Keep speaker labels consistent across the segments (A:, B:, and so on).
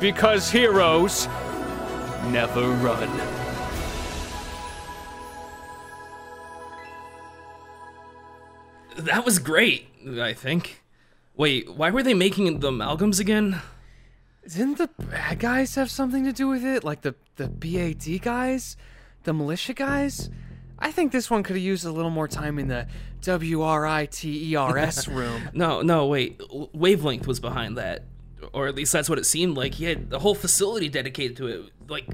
A: because heroes never run.
B: That was great, I think. Wait, why were they making the amalgams again?
C: Didn't the bad guys have something to do with it? Like the the BAD guys, the militia guys? I think this one could have used a little more time in the W R I T E R S room.
B: No, no, wait. L- Wavelength was behind that. Or at least that's what it seemed like. He had the whole facility dedicated to it. Like,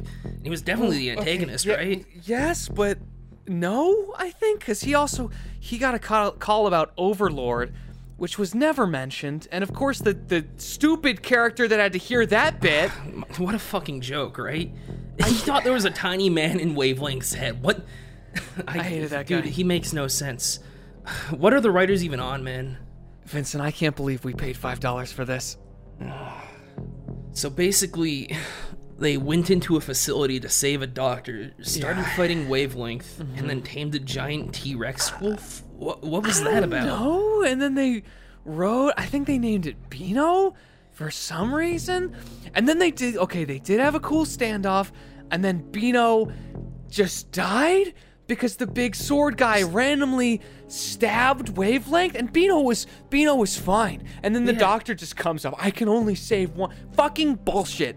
B: he was definitely the antagonist,
C: Oh, Yeah,
B: right?
C: Yes, but no, I think because he also he got a call, call about Overlord, which was never mentioned, and of course the the stupid character that had to hear that bit.
B: What a fucking joke, right? He thought there was a tiny man in Wavelength's head. What?
C: I hated that
B: dude,
C: guy.
B: he makes no sense. What are the writers even on, man?
C: Vincent, I can't believe we paid five dollars for this.
B: So basically, they went into a facility to save a doctor, started fighting Wavelength, and then tamed a giant T Rex wolf. What, what was that about?
C: Oh, No, and then they wrote. I think they named it Beano for some reason, and then they did. Okay, they did have a cool standoff, and then Beano just died because the big sword guy randomly stabbed Wavelength, and Beano was Beano was fine. And then the doctor just comes up. I can only save one. Fucking bullshit.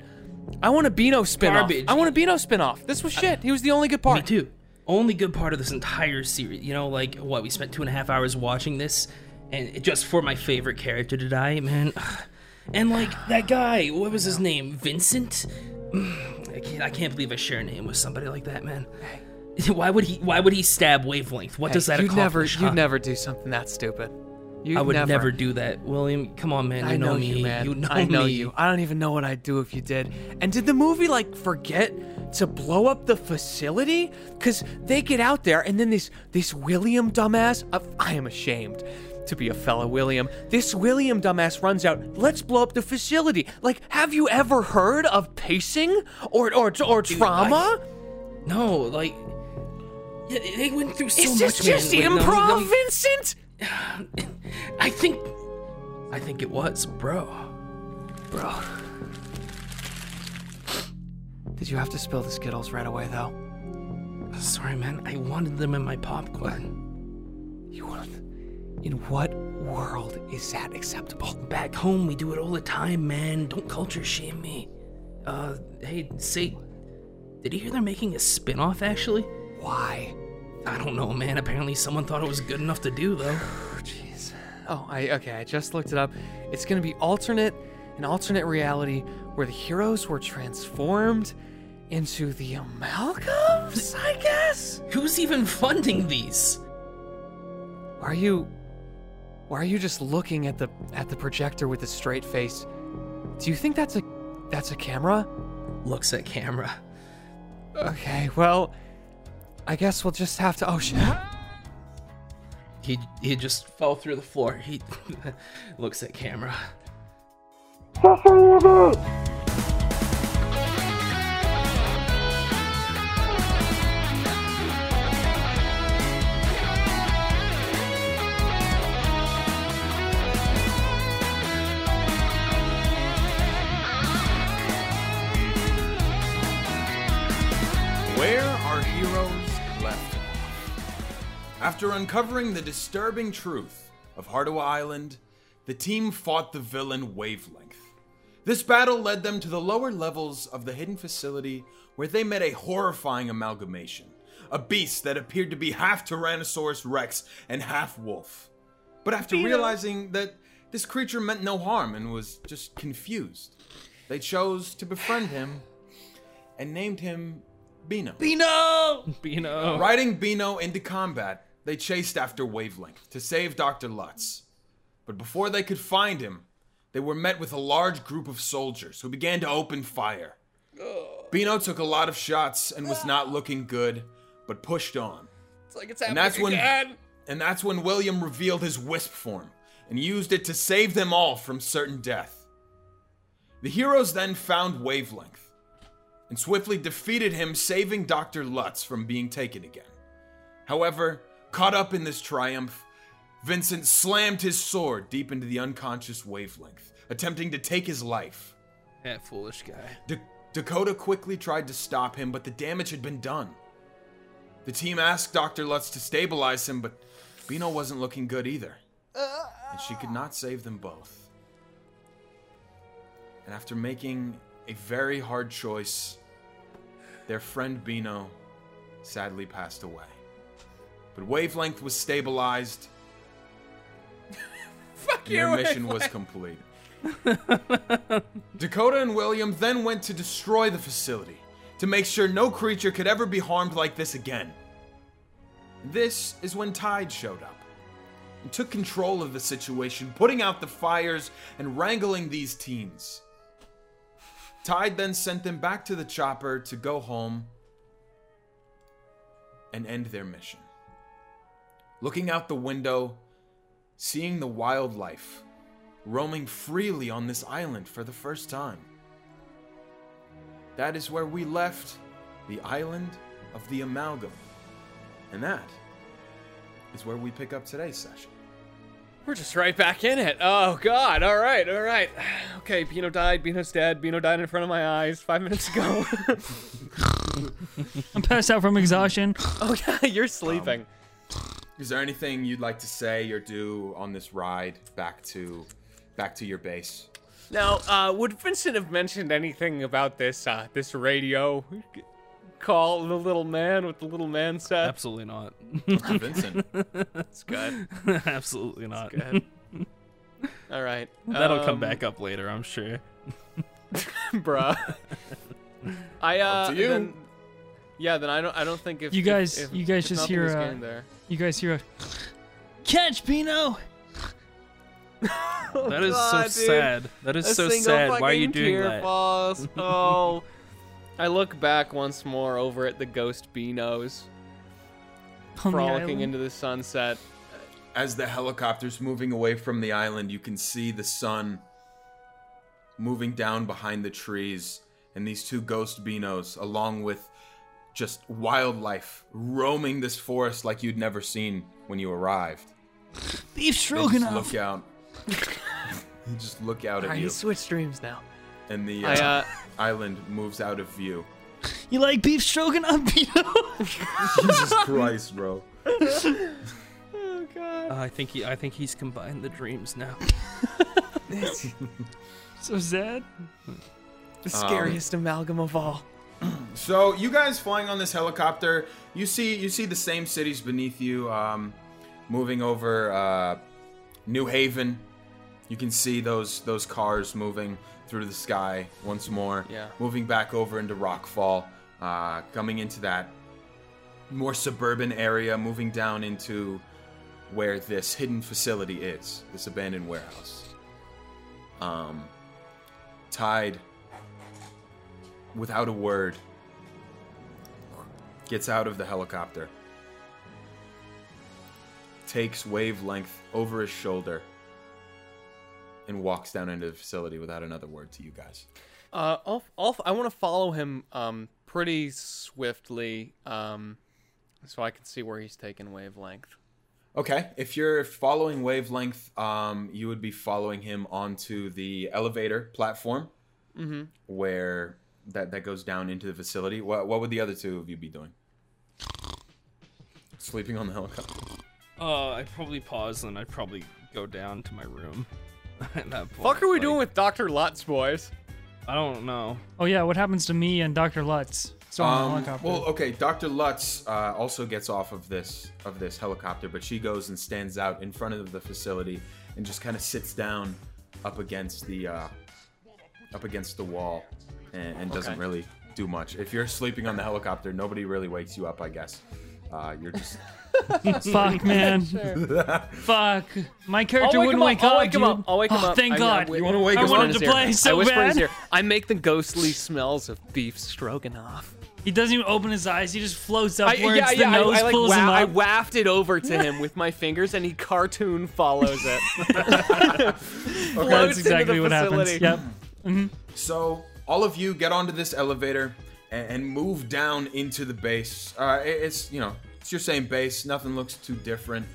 C: I want a Beano spinoff.
B: Garbage.
C: I want a Beano spinoff. This was shit. he was the only good part.
B: Me too. Only good part of this entire series. You know, like, what, we spent two and a half hours watching this, and it- just for my favorite character to die, man. And, like, that guy, what was his name? Vincent? I can't, I can't believe I share a name with somebody like that, man. Why would he? Why would he stab wavelength? What does that
C: you'd never
B: accomplish? huh?
C: you'd never do something that stupid. You'd
B: I would never. do that, William. Come on, man. You
C: I know,
B: me.
C: you, man.
B: know
C: I know
B: me.
C: you. I don't even know what I'd do if you did. And did the movie like forget to blow up the facility? Cause they get out there, and then this this William dumbass. I, I am ashamed to be a fellow William. This William dumbass runs out. Let's blow up the facility. Like, have you ever heard of pacing or or or trauma?
B: No, like yeah, they went through so
C: Is
B: much.
C: this just
B: man. Wait,
C: improv,
B: no, no,
C: Vincent?
B: I think, I think it was, bro. Bro,
C: Did you have to spill the Skittles right away though?
B: sorry, man. I wanted them in my popcorn.
C: You want? In what world is that acceptable?
B: Back home, we do it all the time, man. Don't culture shame me. Uh, hey, say, did you hear they're making a spin-off? Actually,
C: Why?
B: I don't know, man. Apparently, someone thought it was good enough to do, though.
C: Oh, I okay. I just looked it up. It's gonna be alternate, an alternate reality where the heroes were transformed into the amalgams. I guess.
B: Who's even funding these?
C: Why are you? Why are you just looking at the at the projector with a straight face? Do you think that's a that's a camera?
B: Looks at camera.
C: Okay. Well, I guess we'll just have to. Oh shit.
B: He he just fell through the floor. He looks at camera.
D: Where are heroes left off? After uncovering the disturbing truth of Hardua Island, the team fought the villain Wavelength. This battle led them to the lower levels of the hidden facility where they met a horrifying amalgamation, a beast that appeared to be half Tyrannosaurus Rex and half wolf. But after realizing that this creature meant no harm and was just confused, they chose to befriend him and named him Bino.
B: Bino. Bino.
D: Riding Beano into combat, they chased after Wavelength to save Dr. Lutz. But before they could find him, they were met with a large group of soldiers who began to open fire. Beano took a lot of shots and was not looking good, but pushed on.
B: Ah. It's like it's
D: And that's when and that's when William revealed his wisp form and used it to save them all from certain death. The heroes then found Wavelength and swiftly defeated him, saving Dr. Lutz from being taken again. However, caught up in this triumph, Vincent slammed his sword deep into the unconscious Wavelength, attempting to take his life.
B: That foolish guy.
D: Da- Dakota quickly tried to stop him, but the damage had been done. The team asked Dr. Lutz to stabilize him, but Beano wasn't looking good either. And she could not save them both. And after making a very hard choice, their friend Beano sadly passed away. But Wavelength was stabilized,
A: Fuck
D: and their mission was complete. Dakota and William then went to destroy the facility to make sure no creature could ever be harmed like this again. This is when Tide showed up and took control of the situation, putting out the fires and wrangling these teens. Tide then sent them back to the chopper to go home and end their mission. Looking out the window, seeing the wildlife roaming freely on this island for the first time. That is where we left the island of the amalgam. And that is where we pick up today's session.
A: We're just right back in it. Oh God! All right, all right. Okay, Pino died. Pino's dead. Pino died in front of my eyes five minutes ago.
E: I'm passed out from exhaustion.
A: oh yeah, you're sleeping.
D: Is there anything you'd like to say or do on this ride back to back to your base?
A: now, uh, would Vincent have mentioned anything about this uh, this radio call? The little man with the little man set.
B: Absolutely not.
D: Vincent.
A: That's good.
B: Absolutely not.
A: good. All right.
B: That'll come
A: um,
B: back up later, I'm sure.
A: bruh. I uh.
D: Up to you.
A: Then, yeah, then I don't. I don't think if
E: You
A: if-
E: guys-
A: if-
E: you guys
A: if
E: just
A: nothing
E: hear,
A: was
E: uh,
A: gained there.
E: You guys hear a catch, Pino.
B: That is so
A: God, dude.
B: sad. That is
A: a
B: so
A: single
B: sad. Why are you
A: fucking
B: doing
A: tear
B: that?
A: Falls. Oh. I look back once more over at the ghost beanos
E: On the
A: frolicking
E: island.
A: into the sunset.
D: As the helicopter's moving away from the island, you can see the sun moving down behind the trees, and these two ghost beanos, along with just wildlife roaming this forest like you'd never seen when you arrived.
E: Beef
D: They just
E: Stroganoff.
D: look out. they just look out at you,
A: switch streams now.
D: and the uh,
A: I uh,
D: island moves out of view.
E: You like beef Stroganoff, Pino?
D: Jesus Christ, bro.
A: oh god.
B: Uh, I think he. I think he's combined the dreams now.
E: so sad.
A: The
D: scariest
A: amalgam of all.
D: So you guys flying on this helicopter, you see you see the same cities beneath you. Um, moving over uh, New Haven, you can see those those cars moving through the sky once more.
A: Yeah.
D: Moving back over into Rockfall, uh, coming into that more suburban area, moving down into where this hidden facility is, this abandoned warehouse. Um, Tide, without a word, gets out of the helicopter, takes wavelength over his shoulder, and walks down into the facility without another word to you guys.
A: Uh, I'll, I'll, I want to follow him um, pretty swiftly um, so I can see where he's taking wavelength.
D: Okay, if you're following wavelength, um, you would be following him onto the elevator platform, where that that goes down into the facility. What what would the other two of you be doing? Sleeping on the helicopter.
B: Uh, I probably pause and I would probably go down to my room. At that point,
A: Fuck are we
B: Like,
A: doing with Dr. Lutz, boys?
B: I don't know.
E: Oh yeah, what happens to me and Dr. Lutz? So on
D: Um,
E: the helicopter.
D: well, okay. Dr. Lutz uh, also gets off of this of this helicopter, but she goes and stands out in front of the facility and just kind of sits down up against the uh, up against the wall and, and doesn't
A: Okay.
D: really do much. If you're sleeping on the helicopter, nobody really wakes you up, I guess. Uh, you're just
E: Fuck, man. Fuck. My character
A: I'll Oh, wake him
E: wouldn't
A: up,
E: wake
A: I'll
E: up.
A: wake him
E: dude.
A: up, I'll wake him
E: oh,
A: up.
E: Thank
A: I- I
E: God.
A: wi-
E: You
D: wanna wake
E: I
D: him
E: wanted
D: up?
E: to play
A: I
E: so
A: whisper in his
E: bad.
A: ear. I make the ghostly smells of beef stroganoff.
E: He doesn't even open his eyes. He just floats
A: I,
E: upwards.
A: yeah,
E: the
A: yeah, I,
E: nose
A: I, like,
E: pulls
A: wa-
E: him
A: I
E: up.
A: wafted over to him with my fingers, and he cartoon follows it.
E: That's
A: Floats into
E: exactly
A: the
E: what happens.
A: facility.
E: Yep.
D: So all of you get onto this elevator and, and move down into the base. Uh, it- it's you know it's your same base. Nothing looks too different.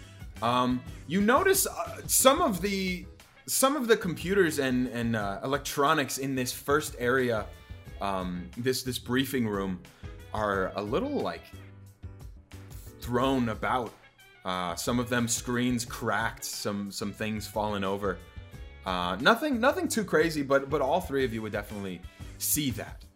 D: Um, you notice uh, some of the some of the computers and and uh, electronics in this first area, um, this this briefing room, are a little like thrown about. Uh, some of them screens cracked, some some things fallen over. Uh, nothing nothing too crazy, but but all three of you would definitely see that.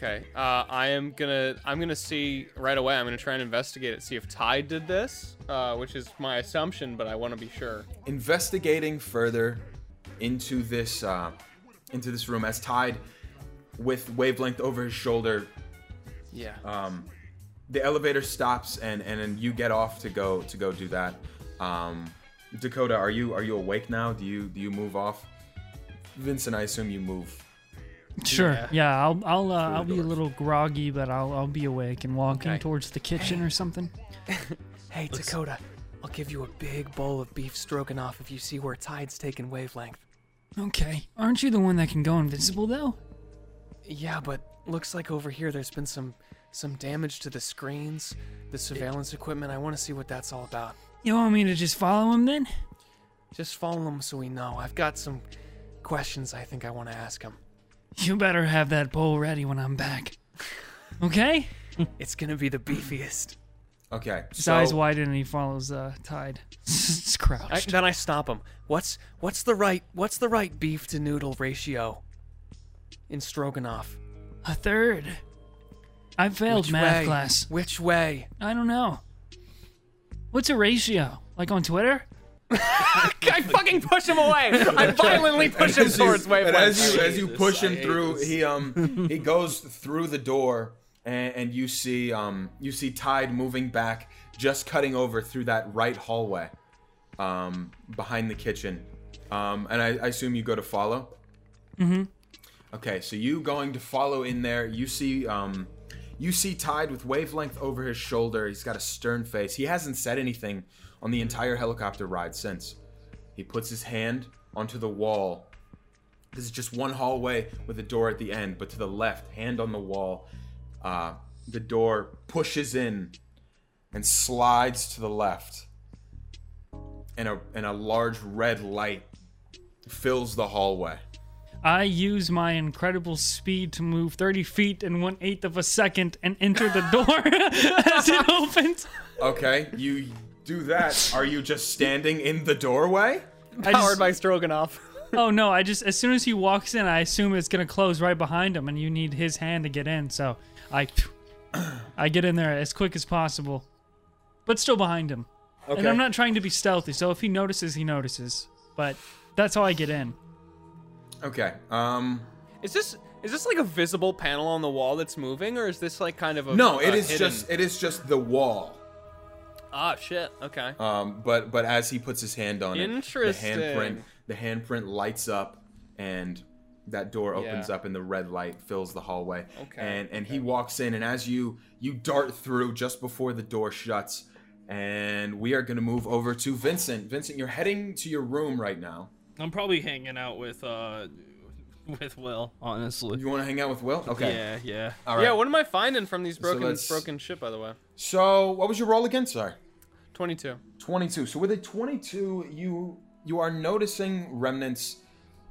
A: Okay. Uh, I am gonna. I'm gonna see right away. I'm gonna try and investigate it. See if Ty did this, uh, which is my assumption, but I want to be sure.
D: investigating further into this uh, into this room as tied with wavelength over his shoulder
A: Yeah.
D: um, the elevator stops and and then you get off to go to go do that um, dakota are you are you awake now do you do you move off vincent i assume you move
E: Sure. Yeah, I'll I'll uh, I'll be a
D: doors.
E: little groggy, but I'll I'll be awake and walking
A: Okay.
E: towards the kitchen or something.
C: Hey, Dakota, I'll give you a big bowl of beef stroganoff if you see where tide's taking wavelength.
E: Okay. Aren't you the one that can go invisible though?
C: Yeah, but looks like over here there's been some some damage to the screens, the surveillance equipment. I want to see what that's all about.
E: You want me to just follow him then?
C: Just follow him so we know. I've got some questions I think I want to ask him.
E: You better have that bowl ready when I'm back. Okay?
C: It's gonna be the beefiest.
D: okay
E: His
D: so
E: eyes widen and he follows uh Tide. it's crouched.
C: I, then I stop him. What's what's the right what's the right beef to noodle ratio in stroganoff?
E: a third. I failed
C: Which
E: math
C: way?
E: class.
C: Which way?
E: I don't know. What's a ratio? Like on Twitter?
C: I fucking push him away. I violently push him
D: as you,
C: towards
D: and as
C: wavelength.
D: you as you
B: Jesus,
D: push
B: I
D: him
B: hate
D: through,
B: this.
D: he um he goes through the door, and, and you see um you see Tide moving back, just cutting over through that right hallway, um behind the kitchen, um and I, I assume you go to follow. Mm-hmm. Okay, so you going to follow in there? You see um you see Tide with wavelength over his shoulder. He's got a stern face. He hasn't said anything on the entire helicopter ride since. He puts his hand onto the wall this is just one hallway with a door at the end, but to the left, hand on the wall, uh, the door pushes in and slides to the left, and a and a large red light fills the hallway.
E: I use my incredible speed to move 30 feet in one eighth of a second and enter the door as it opens.
D: Okay, you do that. Are you just standing in the doorway?
E: I
A: Powered
E: just,
A: by Stroganoff.
E: oh no, I just, as soon as he walks in, I assume it's going to close right behind him and you need his hand to get in. So I, I get in there as quick as possible, but still behind him.
D: Okay.
E: And I'm not trying to be stealthy. So if he notices, he notices. But that's how I get in.
D: Okay. Um.
A: Is this is this like a visible panel on the wall that's moving, or is this like kind of a
D: No,
A: a
D: it is
A: Uh, hidden-
D: just it is just the wall.
A: ah shit. Okay.
D: Um, but but as he puts his hand on
A: Interesting.
D: it, the handprint the handprint lights up, and that door opens
A: Yeah.
D: up, and the red light fills the hallway.
A: Okay,
D: And and he walks in, and as you you dart through just before the door shuts, and we are gonna move over to Vincent. Vincent, you're heading to your room right now.
B: I'm probably hanging out with uh with Will, honestly.
D: You want to hang out with Will? Okay.
B: Yeah, yeah.
D: All right.
A: Yeah. What am I finding from these broken
D: let's-
A: broken shit? By the way,
D: so what was your roll again, sir?
A: twenty two.
D: 22 so with a 22 you you are noticing remnants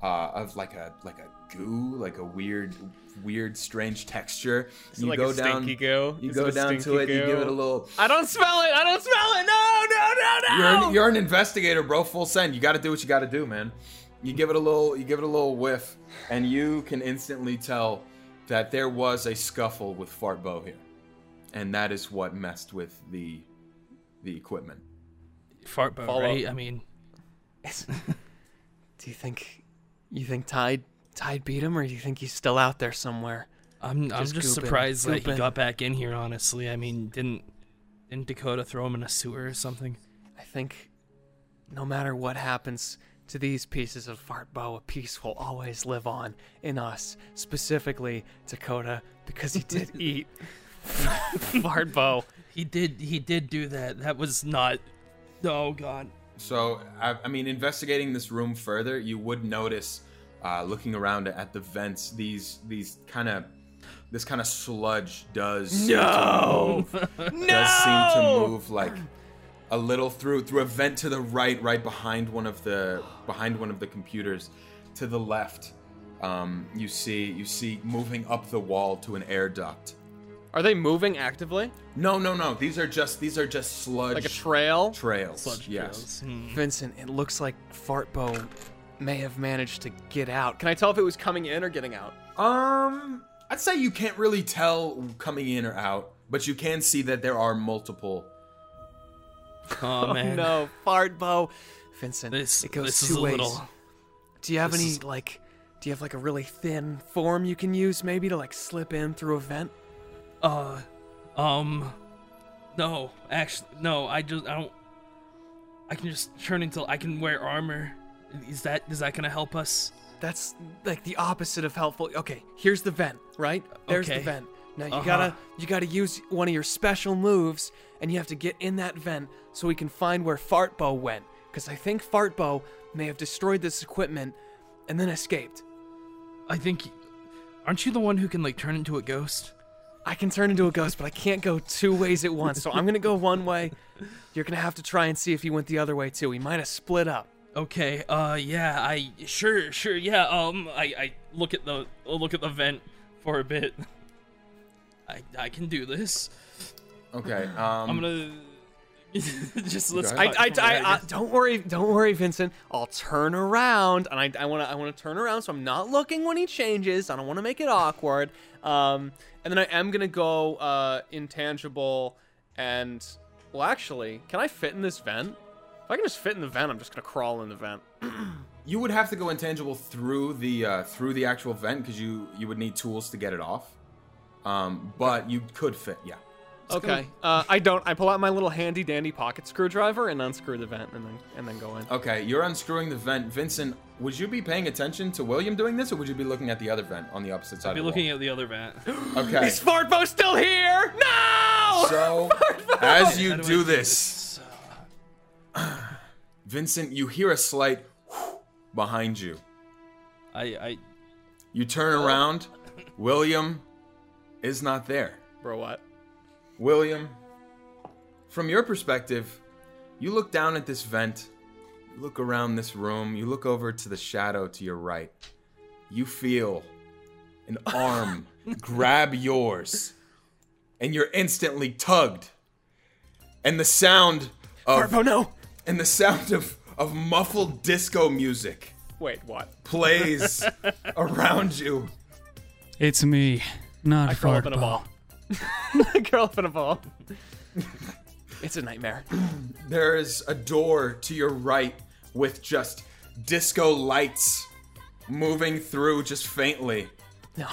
D: uh, of like a like a goo like a weird weird strange texture you
A: like a stinky goo?
D: you
A: Is
D: go
A: it a
D: down to
A: stinky
D: it you
A: goo?
D: give it a little
A: I don't smell it. I don't smell it. No. No. No.
D: you're
A: No.
D: an, you're an investigator bro full send you got to do what you got to do man you give it a little you give it a little whiff and you can instantly tell that there was a scuffle with fartbo here and that is what messed with the the equipment
B: Fart boat,
A: Follow.
B: right? I mean,
C: Do you think you think Tide Tide beat him, or do you think he's still out there somewhere?
B: I'm I'm
C: Just
B: just
C: gooping,
B: surprised that he
C: gooping.
B: got back in here. Honestly, I mean, didn't didn't Dakota throw him in a sewer or something?
C: I think no matter what happens to these pieces of Fartbow, a piece will always live on in us, specifically Dakota, because he did eat Fartbow.
B: He did he did do that. That was not. Oh God.
D: So, I, I mean, investigating this room further, you would notice, uh, looking around at the vents, these these kind of this kind of sludge does no! seem to move, does seem to move like a little through through a vent to the right, right behind one of the behind one of the computers, to the left. Um, you see you see moving up the wall to an air duct.
A: Are they moving actively?
D: No, no, no. These are just these are just sludge
A: Like a trail?
D: trails. yes.
C: Vincent, it looks like Fartbo may have managed to get out.
A: Can I tell if it was coming in or getting out?
D: Um, I'd say you can't really tell coming in or out, but you can see that there are multiple.
B: Oh man,
A: No, Fartbo.
C: Vincent,
B: this
C: it goes
B: this
C: two
B: is a
C: ways.
B: little.
C: do you have
B: this
C: any
B: is-
C: like? Do you have like a really thin form you can use maybe to like slip in through a vent?
B: Uh, um, no, actually, no. I just I don't. I can just turn into. I can wear armor. Is that is that gonna help us?
C: That's like the opposite of helpful. Okay, here's the vent, right? There's the
B: Okay.
C: vent. Now you
B: Uh-huh.
C: gotta you gotta use one of your special moves, and you have to get in that vent so we can find where Fartbo went. Because I think Fartbo may have destroyed this equipment and then escaped.
B: I think. Aren't you the one who can like turn into a ghost?
C: I can turn into a ghost, but I can't go two ways at once. So I'm gonna go one way. You're gonna have to try and see if he went the other way too. We might have split up.
B: Okay. Uh, yeah. I sure, sure. Yeah. Um, I I look at the I'll look at the vent for a bit. I I can do this.
D: Okay. Um,
B: I'm gonna just let's.
A: I,
D: ahead.
B: cut
A: I, I,
B: from there,
A: I-
B: guess.
C: Don't worry, don't worry, Vincent.
A: I'll turn around, and I, I want to I want to turn around, so I'm not looking when he changes. I don't want to make it awkward. Um, and then I am gonna go uh, intangible, and well, actually, can I fit in this vent? If I can just fit in the vent, I'm just gonna crawl in the vent.
D: you would have to go intangible through the uh, through the actual vent because you you would need tools to get it off. Um, but you could fit. Yeah.
A: okay. Uh, I don't. I pull out my little handy dandy pocket screwdriver and unscrew the vent, and then and then go in.
D: Okay. You're unscrewing the vent, Vincent. Would you be paying attention to William doing this, or would you be looking at the other vent on the opposite side?
B: Be looking at the other vent.
D: At- okay.
A: Is Fartbo still here? No!
D: So as you
B: How I
D: do this, Vincent, you hear a slight behind you.
B: I I
D: You turn around. William is not there.
A: Bro, what?
D: William, from your perspective, you look down at this vent, you look around this room, you look over to the shadow to your right. You feel an arm grab yours, and you're instantly tugged. And the sound of
C: Fartbo, no.
D: and the sound of, of muffled disco music
A: Wait, what?
D: plays around you.
E: It's me, not
A: I curl up in a ball. I curl up in a ball.
C: It's a nightmare.
D: There is a door to your right with just disco lights moving through just faintly
C: No.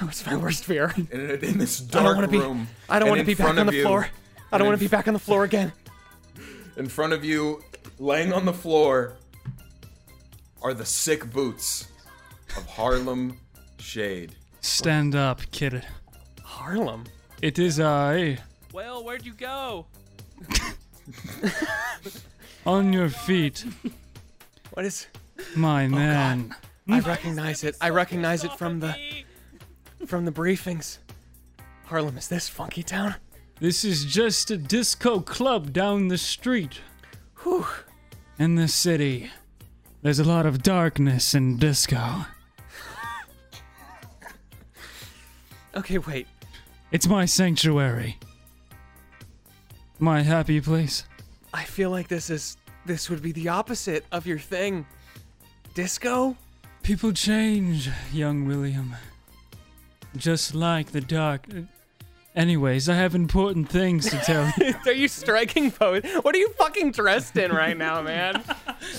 C: No, it's my worst fear.
D: in, in this
C: I don't
D: dark
C: want to be.
D: room.
C: I don't
D: And
C: want to
D: in
C: be back
D: front
C: on
D: of
C: the
D: you-
C: floor. I don't
D: in
C: want to be back on the floor again.
D: In front of you, laying on the floor, are the sick boots of Harlem Shade.
E: Stand up, kid.
C: Harlem.
E: It is I.
B: well, where'd you go?
E: On your feet,
C: What is?
A: Oh,
E: my man.
C: I recognize it. I recognize it from the from the briefings. Harlem is this funky town?
E: This is just a disco club down the street.
C: Whew.
E: In the city, there's a lot of darkness and disco.
C: Okay, wait.
E: It's my sanctuary. My happy place.
C: I feel like this is this would be the opposite of your thing. Disco?
E: People change, young William. Just like the dark. Anyways, I have important things to tell you.
A: Are you striking pose? What are you fucking dressed in right now, man?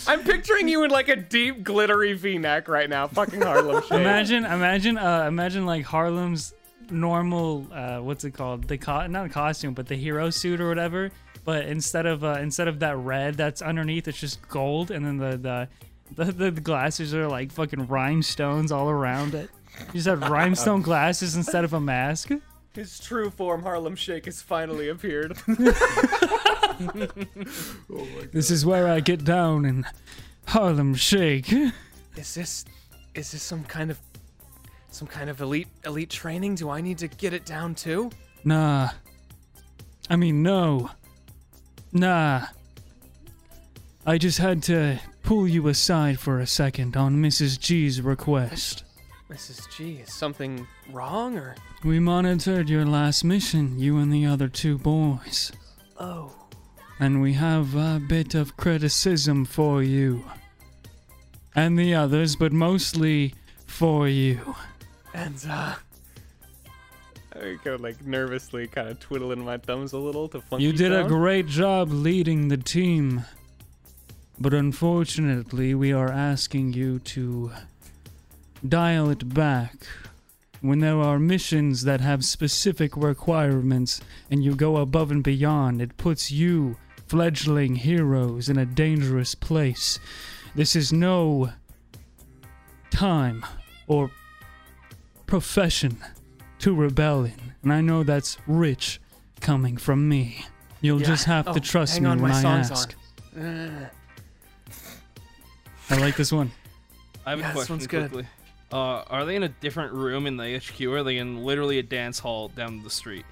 A: I'm picturing you in like a deep glittery V-neck right now, fucking Harlem shit.
E: imagine, imagine, uh, imagine like Harlem's normal, uh, what's it called? The co- not a costume, but the hero suit or whatever. But instead of uh, instead of that red that's underneath, it's just gold, and then the the the, the, glasses are like fucking rhinestones all around it. You just had rhinestone glasses instead of a mask.
A: His true form, Harlem Shake, has finally appeared.
E: This is where I get down and Harlem shake.
C: Is this is this some kind of some kind of elite elite training? Do I need to get it down too?
E: Nah. I mean, no. Nah. I just had to pull you aside for a second on Mrs. G's request.
C: Mrs. G, is something wrong or?
E: We monitored your last mission, you and the other two boys.
C: Oh.
E: and we have a bit of criticism for you. And the others, but mostly for you.
C: And uh I go like nervously kind of twiddling my thumbs a little to funky
E: You did a
C: sound.
E: great job leading the team, but unfortunately, we are asking you to dial it back when there are missions that have specific requirements and you go above and beyond. It puts you, fledgling heroes, in a dangerous place. This is no time or profession to rebel in, and I know that's rich coming from me. You'll
C: Yeah.
E: just have
C: Oh,
E: to trust
C: hang
E: me
C: on,
E: when
C: my
E: I
C: song's
E: ask.
C: Uh,
E: I like this one.
B: I have a
C: Yeah, this
B: question
C: one's good.
B: quickly. Uh, are they in a different room in the HQ? Or are they in literally a dance hall down the street?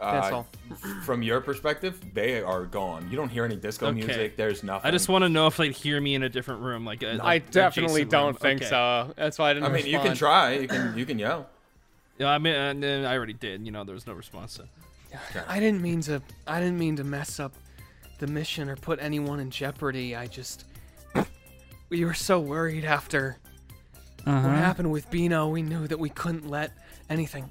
C: That's all.
D: Uh, From your perspective, they are gone. You don't hear any disco
B: Okay.
D: music. There's nothing.
B: I just want to know if they'd hear me in a different room, like a,
C: I
B: like
C: definitely
B: adjacent
C: don't
B: room.
C: think
B: Okay.
C: so. That's why I didn't
D: I mean, you can
C: respond.
D: try. You can. You can yell.
B: Yeah, I mean, uh, no, I already did. You know, there was no response. To.
C: I didn't mean to. I didn't mean to mess up the mission or put anyone in jeopardy. I just we were so worried after what
E: Uh-huh.
C: happened with Bino. We knew that we couldn't let anything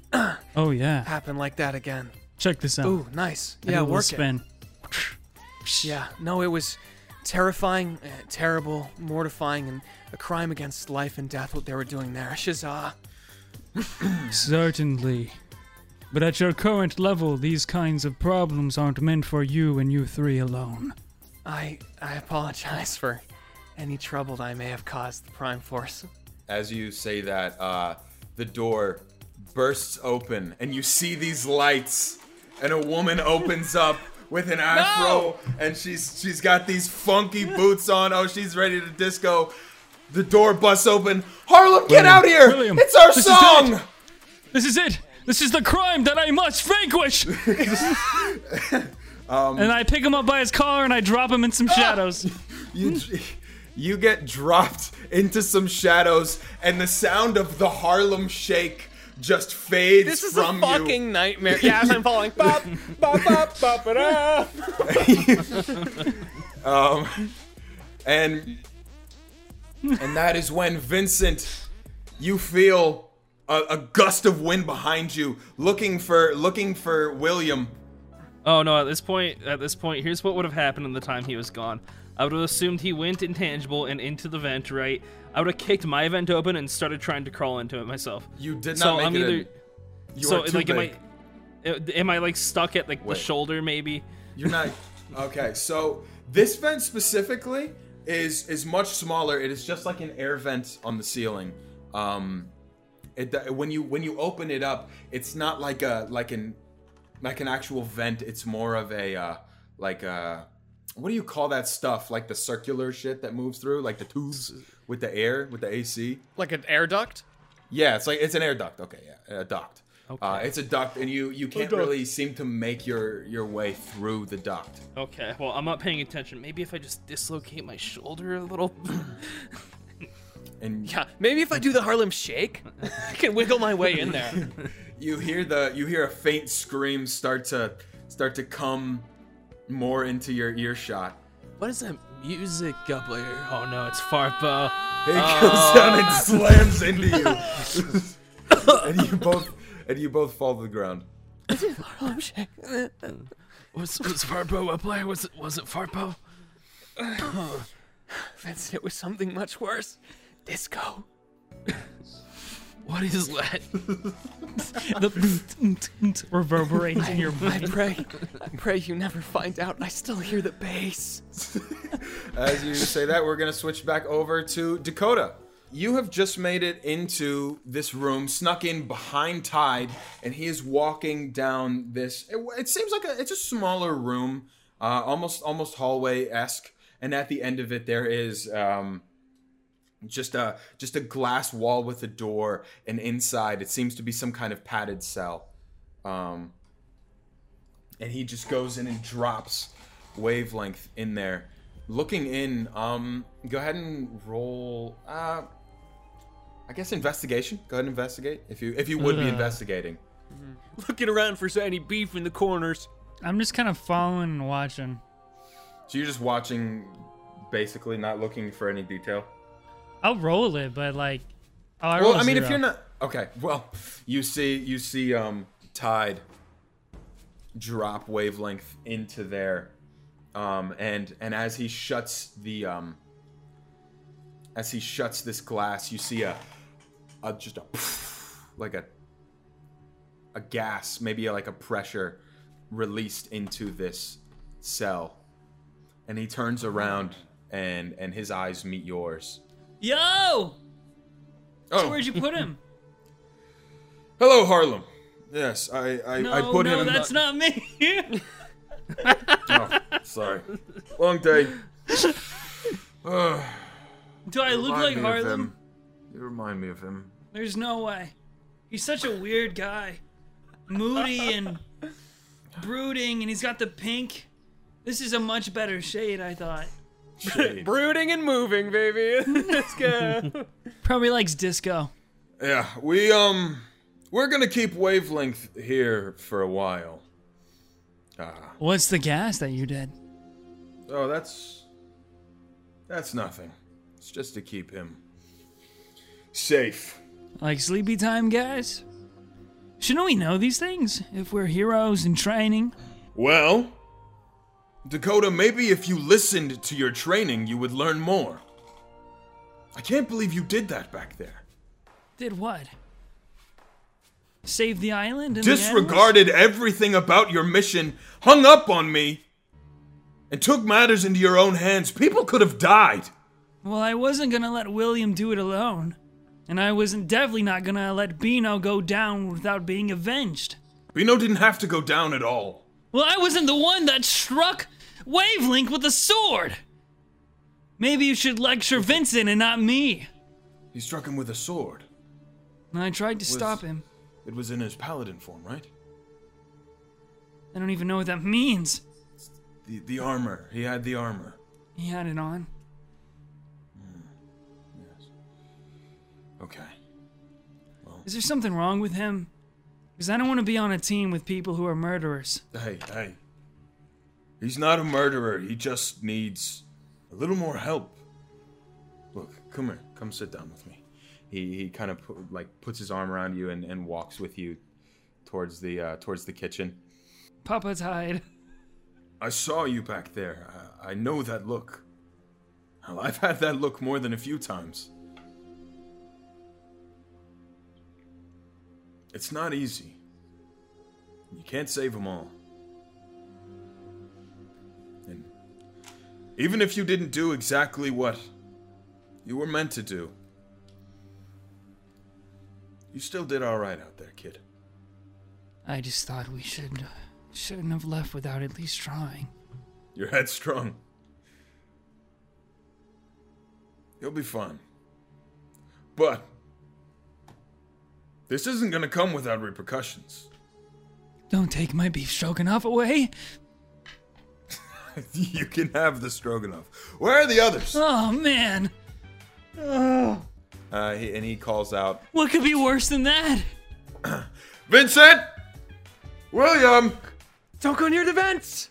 E: Oh yeah.
C: happen like that again.
E: Check this out.
C: Ooh, nice.
E: I did
C: yeah,
E: a little
C: work
E: spin.
C: it. Yeah, no, it was terrifying, eh, terrible, mortifying, and a crime against life and death. What they were doing there, Shazah.
E: Certainly. But at your current level, these kinds of problems aren't meant for you and you three alone.
C: I I apologize for any trouble I may have caused the Prime Force.
D: As you say that, uh, the door bursts open, and you see these lights, and a woman opens up with an afro, and she's she's got these funky boots on. Oh, she's ready to disco. The door busts open. Harlem, get
E: William,
D: out here!
E: William,
D: it's our
E: this is
D: song.
E: it. This is it. This is the crime that I must vanquish.
D: Um,
E: and I pick him up by his collar and I drop him in some
D: Ah!
E: shadows.
D: you you get dropped into some shadows and the sound of the harlem shake just fades
C: This is
D: from
C: a fucking
D: you
C: nightmare. Yeah, as I'm falling. Bop, bop, bop, bop, it up.
D: Um, and and that is when vincent you feel a, a gust of wind behind you looking for looking for william
B: Oh no! At this point, at this point, here's what would have happened in the time he was gone. I would have assumed he went intangible and into the vent, right? I would have kicked my vent open and started trying to crawl into it myself.
D: you did not
B: So
D: make
B: I'm
D: it
B: either-
D: in. you
B: so
D: are too
B: like,
D: big.
B: am I? uh, Am I like stuck at like the
D: Wait.
B: shoulder? Maybe.
D: You're not. Okay, so this vent specifically is is much smaller. It is just like an air vent on the ceiling. Um, it when you when you open it up, it's not like a like an like an actual vent. It's more of a uh, like a what do you call that stuff? Like the circular shit that moves through, like the tubes with the air with the AC.
C: Like an air duct?
D: Yeah, it's like it's an air duct. Okay, yeah, a duct. Uh, it's a duct, and you you can't really seem to make your your way through the duct.
B: Okay. Well, I'm not paying attention. Maybe if I just dislocate my shoulder a little.
D: And
C: Yeah. Maybe if I do the Harlem Shake, I can wiggle my way in there.
D: you hear the you hear a faint scream start to start to come more into your earshot.
B: what is that music up there? Oh no, it's Farpo.
D: It comes down and slams into you, and you both and you both fall to the ground.
C: Harlem Shake.
B: Was was Farpo up there? Was it was it Farpo?
C: Vincent, it was something much worse. Disco.
B: What is that?
E: the reverberates in your
C: I pray, I pray you never find out. I still hear the bass.
D: As you say that, we're gonna switch back over to Dakota. You have just made it into this room, snuck in behind Tide, and he is walking down this. It, it seems like a, it's a smaller room, uh, almost almost hallway esque. And at the end of it, there is um, just a just a glass wall with a door, and inside it seems to be some kind of padded cell. Um, and he just goes in and drops wavelength in there. Looking in, um, go ahead and roll. Uh, I guess investigation. Go ahead and investigate if you if you would be
E: Ugh.
D: investigating.
C: Looking around for any beef in the corners.
E: I'm just kind of following and watching.
D: So you're just watching, basically not looking for any detail.
E: I'll roll it, but like, oh, I
D: well,
E: rolled
D: I mean,
E: zero.
D: if you're not okay, well, you see, you see, um, Tide drop wavelength into there, um, and and as he shuts the um, as he shuts this glass, you see a, a just a like a a gas, maybe like a pressure released into this cell, and he turns around and and his eyes meet yours.
E: yo,
D: Oh,
E: where'd you put him?
D: Hello, Harlem. Yes, I I,
E: No,
D: I put
E: no,
D: him.
E: that's not me.
D: not. sorry, long day. Ugh,
E: Do I look
D: remind me
E: like
D: of
E: Harlem?
D: him. You remind me of him.
E: There's no way. He's such a weird guy, moody and brooding, and he's got the pink. This is a much better shade, I thought.
D: Shade.
C: Brooding and moving, baby. Let's go.
E: Probably likes disco.
D: yeah, we um, we're gonna keep wavelength here for a while. Ah.
E: What's the gas that you did?
D: Oh, that's that's nothing. It's just to keep him safe.
E: Like sleepy time gas? Shouldn't we know these things if we're heroes in training?
D: Well, Dakota, maybe if you listened to your training, you would learn more. I can't believe you did that back there.
E: Did what? Save the island? And the animals?
D: disregarded everything about your mission, hung up on me, and took matters into your own hands. People could have died.
E: Well, I wasn't gonna let William do it alone. And I wasn't definitely not gonna let Beano go down without being avenged.
D: Bino didn't have to go down at all.
E: Well, I wasn't the one that struck Wavelink with a sword! Maybe you should lecture Vincent and not me.
D: He struck him with a sword.
E: I tried to stop him.
D: It was in his paladin form, right?
E: I don't even know what that means.
D: The the armor. He had the armor.
E: He had it on.
D: Okay.
E: Is there something wrong with him? Because I don't want to be on a team with people who are murderers.
D: Hey, hey. He's not a murderer. He just needs a little more help. Look, come here. Come sit down with me. He he kind of pu- like puts his arm around you and, and walks with you towards the uh, towards the kitchen.
E: Papa's hide.
D: I saw you back there. I, I know that look. Hell, I've had that look more than a few times. It's not easy. You can't save them all. And even if you didn't do exactly what you were meant to do, you still did alright out there, kid.
E: I just thought we should shouldn't have left without at least trying.
D: You're headstrong. You'll be fine. But this isn't gonna come without repercussions.
E: Don't take my beef stroganoff away.
D: you can have the stroganoff. Where are the others?
E: Oh man,
D: Uh, he, and he calls out,
E: what could be worse than that?
D: Vincent, William.
A: Don't go near the vents.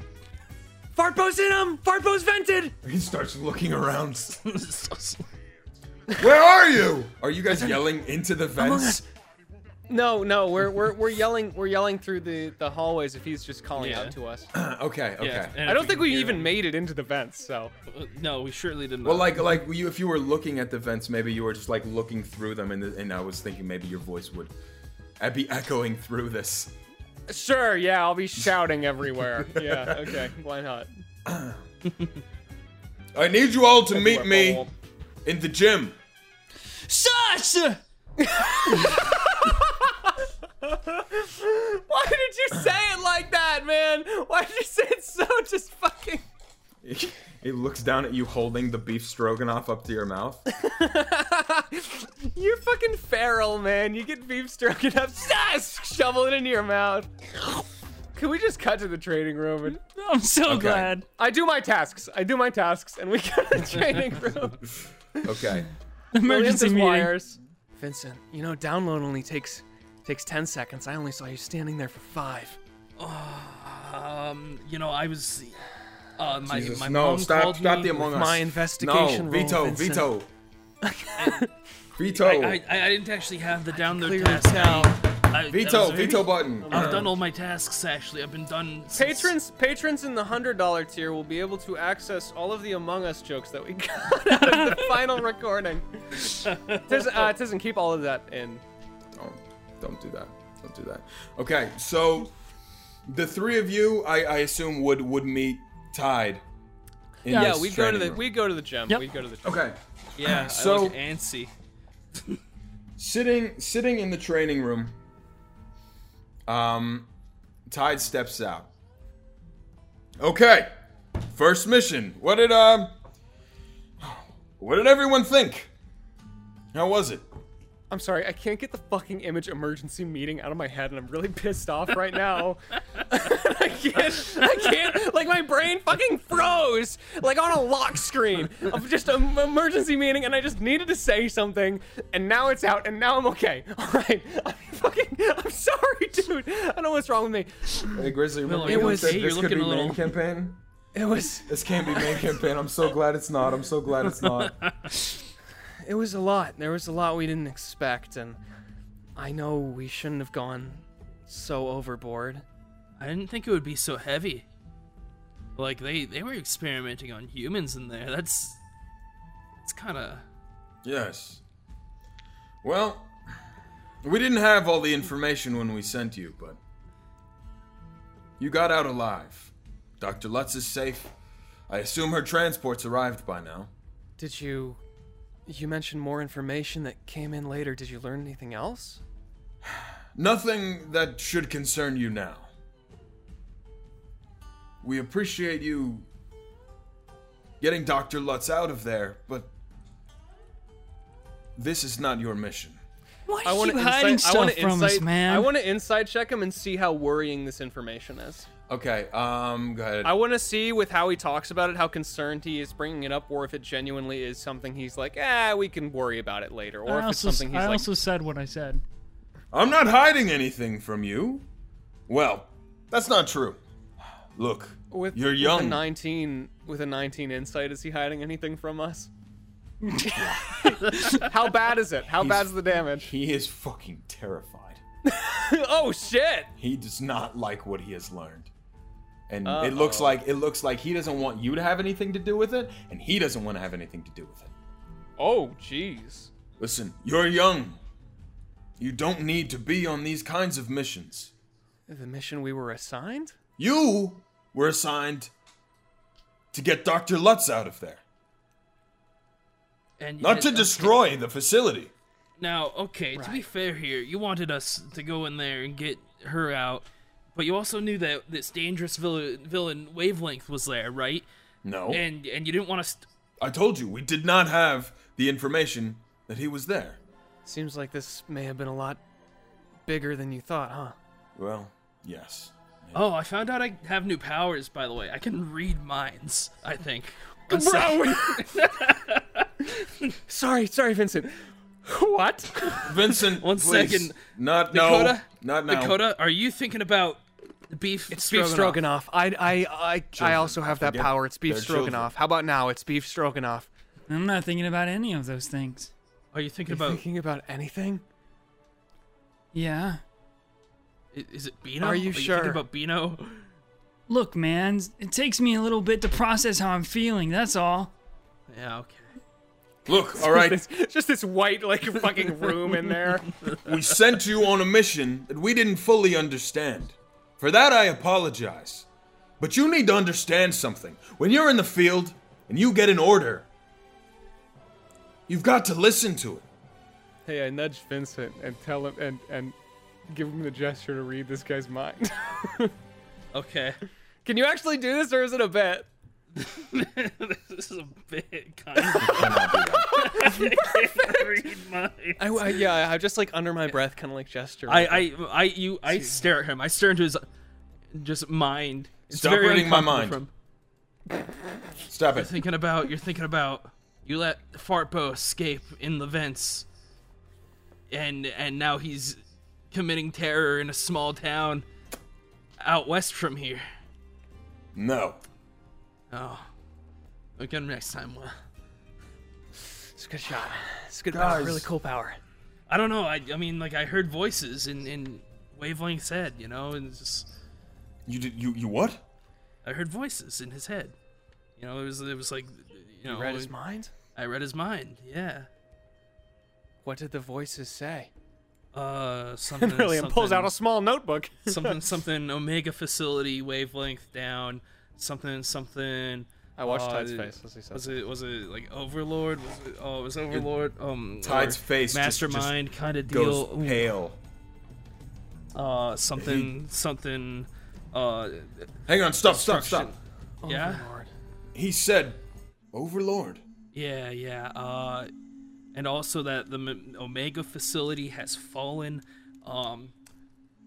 A: Fartbo's in them. Fartbo's vented.
D: He starts looking around. Where are you? Are you guys yelling into the vents?
C: no, no, we're we're we're yelling we're yelling through the the hallways if he's just calling
B: Yeah.
C: out to us.
D: Uh, okay, okay.
B: Yeah, and
C: I
B: if you
C: don't think
B: can
C: we
B: hear
C: even
B: him-
C: made it into the vents, so
B: Uh, No, we surely did not.
D: Well, like, like you, if you were looking at the vents, maybe you were just like looking through them, and, and I was thinking maybe your voice would i be echoing through this.
C: sure, yeah, I'll be shouting everywhere. yeah, okay, why not?
D: I need you all to meet
C: We're
D: me
C: bold.
D: in the gym.
E: Sus!
C: Why did you say it like that, man? Why did you say it so just fucking?
D: He looks down at you holding the beef stroganoff up to your mouth.
C: You're fucking feral, man. You get beef stroking up, shovel it into your mouth. Can we just cut to the training room? And
E: I'm so glad.
C: I do my tasks. I do my tasks, and we go to the training room.
D: Okay.
E: Emergency
C: Williams'
E: meeting.
C: wires.
A: Vincent, you know, download only takes takes ten seconds. I only saw you standing there for five.
B: Um, you know, I was. Uh, my
D: Jesus,
B: my
D: no,
B: mom
D: stop
B: called
D: stop
B: me
D: the Among Us.
A: my investigation
D: No,
A: role,
D: veto,
A: Vincent.
D: veto.
B: I,
D: veto.
B: I, I didn't actually have the down there
A: clearly
B: task.
A: tell.
B: I, I,
D: veto,
B: that was- Oh,
D: veto button.
B: I've done all my tasks. Actually, I've been done. Since,
C: Patrons, patrons in the hundred dollar tier will be able to access all of the Among Us jokes that we got out of the final recording. Tiz, uh, Tizen, keep all of that in.
D: don't, Oh, don't do that. Don't do that. Okay, so the three of you, I, I assume, would would meet tied. in
C: Yeah,
D: this
C: we go to
D: training
C: the
D: room.
C: we go to the gym.
E: Yep.
C: We go to the gym.
D: Okay,
B: Yeah. I
D: so-
B: look antsy.
D: sitting sitting in the training room. Um, Tide steps out. Okay, first mission. What did um, what did everyone think? How was it?
C: I'm sorry, I can't get the fucking image emergency meeting out of my head, and I'm really pissed off right now. I can't, I can't, like my brain fucking froze, like on a lock screen of just an emergency meeting, and I just needed to say something, and now it's out, and now I'm okay. All right, I'm fucking, I'm sorry, dude. I don't know what's wrong with me.
D: Hey Grizzly, remember
B: It
D: you
B: was-
D: said
B: hey,
D: this
B: you're
D: could be
B: looking a
D: main
B: little-
D: campaign.
A: It was
D: This can't be main campaign. I'm so glad it's not. I'm so glad it's not.
A: it was a lot. There was a lot we didn't expect, and I know we shouldn't have gone so overboard.
B: I didn't think it would be so heavy. Like they they were experimenting on humans in there. That's it's kind of
D: Yes. Well, we didn't have all the information when we sent you, but you got out alive. Dr. Lutz is safe. I assume her transport's arrived by now.
A: Did you you mentioned more information that came in later. Did you learn anything else?
D: Nothing that should concern you now. We appreciate you getting Dr. Lutz out of there, but this is not your mission.
E: Why
C: I
E: are
C: want
E: you
C: to
E: hiding
C: insight, I
E: stuff
C: want to
E: from
C: insight,
E: us, man?
C: I want to insight check him and see how worrying this information is.
D: Okay, um, go ahead.
C: I want to see with how he talks about it, how concerned he is bringing it up, or if it genuinely is something he's like, ah, we can worry about it later, or if
E: I
C: it's
E: also,
C: something he's
E: I
C: like,
E: also said what I said.
D: I'm not hiding anything from you. Well, that's not true. Look,
C: with,
D: you're
C: with a
D: young.
C: 19 with a 19 insight, is he hiding anything from us? how bad is it? How bad's the damage?
D: he is fucking terrified.
C: oh shit!
D: He does not like what he has learned. And it looks like it looks like he doesn't want you to have anything to do with it, and he doesn't want to have anything to do with it.
C: Oh jeez.
D: Listen, you're young. You don't need to be on these kinds of missions.
C: The mission we were assigned?
D: You were assigned to get Dr. Lutz out of there,
B: and
D: not to
B: and-
D: destroy the facility.
B: Now, okay, to be fair here, you wanted us to go in there and get her out, but you also knew that this dangerous villain, villain wavelength was there, right?
D: No.
A: Oh.
B: And and you didn't want us.
D: I told you, we did not have the information that he was there.
A: Seems like this may have been a lot bigger than you thought, huh?
D: Well, yes.
B: Oh, I found out I have new powers. By the way, I can read minds. I think. I'm sorry.
C: Bro!
A: Sorry, sorry, Vincent.
C: what?
D: Vincent,
B: One
D: please.
B: second.
D: Not
B: Dakota,
D: no. Not now.
B: Dakota, are you thinking about beef?
A: It's beef stroganoff. I I I, I also have that
D: forget
A: power. It's beef
D: they're children.
A: stroganoff. How about now? It's beef stroganoff.
E: I'm not thinking about any of those things.
B: Are you thinking
A: You
B: about?
A: thinking about anything?
E: Yeah.
B: i- Is it Beano?
A: Are you sure?
B: thinking about Beano?
E: Look, man, it takes me a little bit to process how I'm feeling. That's all.
B: Yeah. Okay.
D: Look, all right.
C: It's just this white like fucking room in there.
D: we sent you on a mission that we didn't fully understand. For that, I apologize. But you need to understand something. When you're in the field and you get an order, you've got to listen to it.
C: Hey, I nudge Vincent and tell him and and give him the gesture to read this guy's mind.
B: Okay.
C: Can you actually do this, or is it a bet?
B: this is a bit kind of. Read minds.
C: I, I yeah, I just like under my breath, kind of like gesture.
B: I, I, I, you, I stare at him. I stare into his. just mind. It's
D: Stop
B: very
D: reading my
B: uncomfortable
D: mind.
B: From.
D: Stop it.
B: Thinking about you're thinking about you let Fartbo escape in the vents, and and now he's committing terror in a small town out west from here.
D: No.
B: Oh, we can next time. Well,
A: It's a good shot. It's a good power.
D: Guys.
A: Really cool power.
B: I don't know. I, I mean, like I heard voices in in Wavelength's head, you know, and it's just
D: You did you you what?
B: I heard voices in his head. You know, it was it was like you know
A: Read his mind.
B: I read his mind. Yeah.
A: What did the voices say?
B: Uh, something.
C: Brilliant.
B: something,
C: Pulls out a small notebook.
B: something something Omega facility wavelength down. Something something.
C: I watched
B: uh,
C: Tide's face as he said.
B: Was it was it like Overlord? Was it, oh, it was Overlord. Um,
D: Tide's
B: or
D: face just-
B: Mastermind kind of
D: Goes
B: deal.
D: pale.
B: Uh, something something. Uh,
D: Hang on, stop, stop, stop.
B: yeah.
D: He said Overlord.
B: Yeah, yeah. Uh, and also that the M- Omega facility has fallen. Um,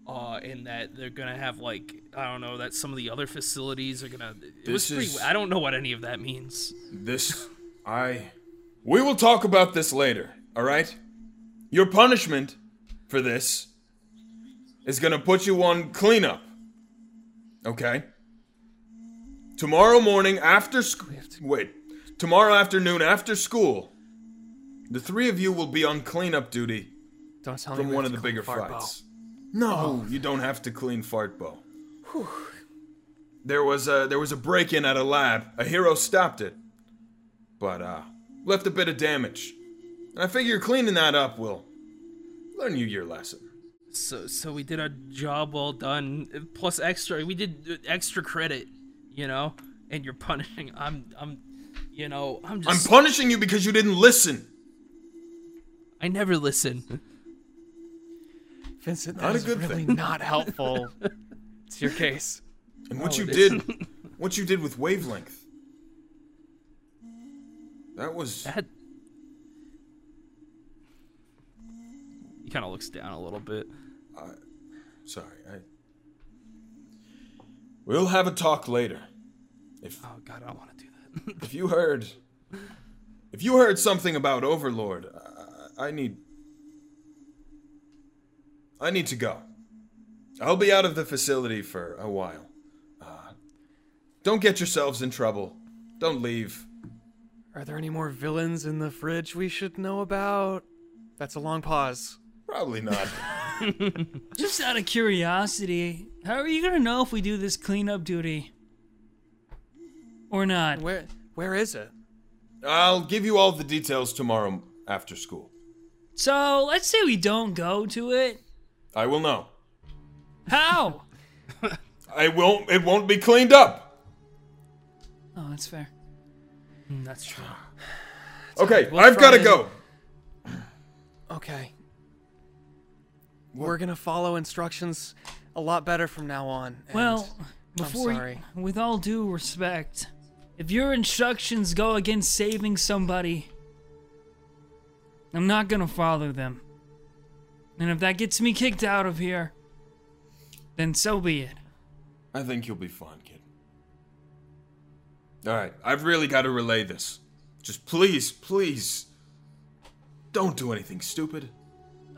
B: uh, and that they're gonna have like I don't know that some of the other facilities are gonna. It was
D: This
B: pretty.
D: is-
B: I don't know what any of that means.
D: This I We will talk about this later, alright? Your punishment for this is gonna put you on cleanup. Okay? Tomorrow morning after school. Wait. Tomorrow afternoon after school, the three of you will be on cleanup duty
A: Don't tell me
D: from
A: we
D: one
A: have
D: of the
A: to clean
D: bigger
A: fart bow.
D: fights. No, you don't have to clean Fartbo. There was a there was a break-in at a lab. A hero stopped it, but uh, left a bit of damage. And I figure cleaning that up will learn you your lesson.
B: So so we did our job well done. Plus extra, we did uh, extra credit. You know, and you're punishing. I'm I'm. You know, I'm
D: I'm
B: just.
D: punishing you because you didn't listen.
B: I never listen.
A: Vincent,
D: Not
A: that
D: a
A: is
D: good
A: really
D: thing.
A: not helpful. it's your case.
D: And what
A: Oh,
B: No,
D: you
B: it
D: did, what you did with wavelength. That was
B: That. He kind of looks down a little bit.
D: sorry. I. We'll have a talk later. If
B: Oh god, I don't want to do that.
D: If you heard, if you heard something about Overlord, I, I need, I need to go. I'll be out of the facility for a while. Uh, don't get yourselves in trouble. Don't leave.
A: Are there any more villains in the fridge we should know about? That's a long pause.
D: Probably not.
E: Just out of curiosity, how are you gonna know if we do this cleanup duty or not?
A: Where where is it?
D: I'll give you all the details tomorrow after school.
E: So let's say we don't go to it.
D: I will know.
E: How?
D: I won't. It won't be cleaned up.
E: oh, that's fair.
B: Mm, That's true.
D: Okay, I've got to
A: try
D: go.
A: Okay. We're gonna follow instructions a lot better from now on. and
E: Well, before, you-
A: sorry.
E: with all due respect, if your instructions go against saving somebody, I'm not gonna follow them. And if that gets me kicked out of here, then so be it.
D: I think you'll be fine, kid. All right, I've really got to relay this. Just please, please, don't do anything stupid.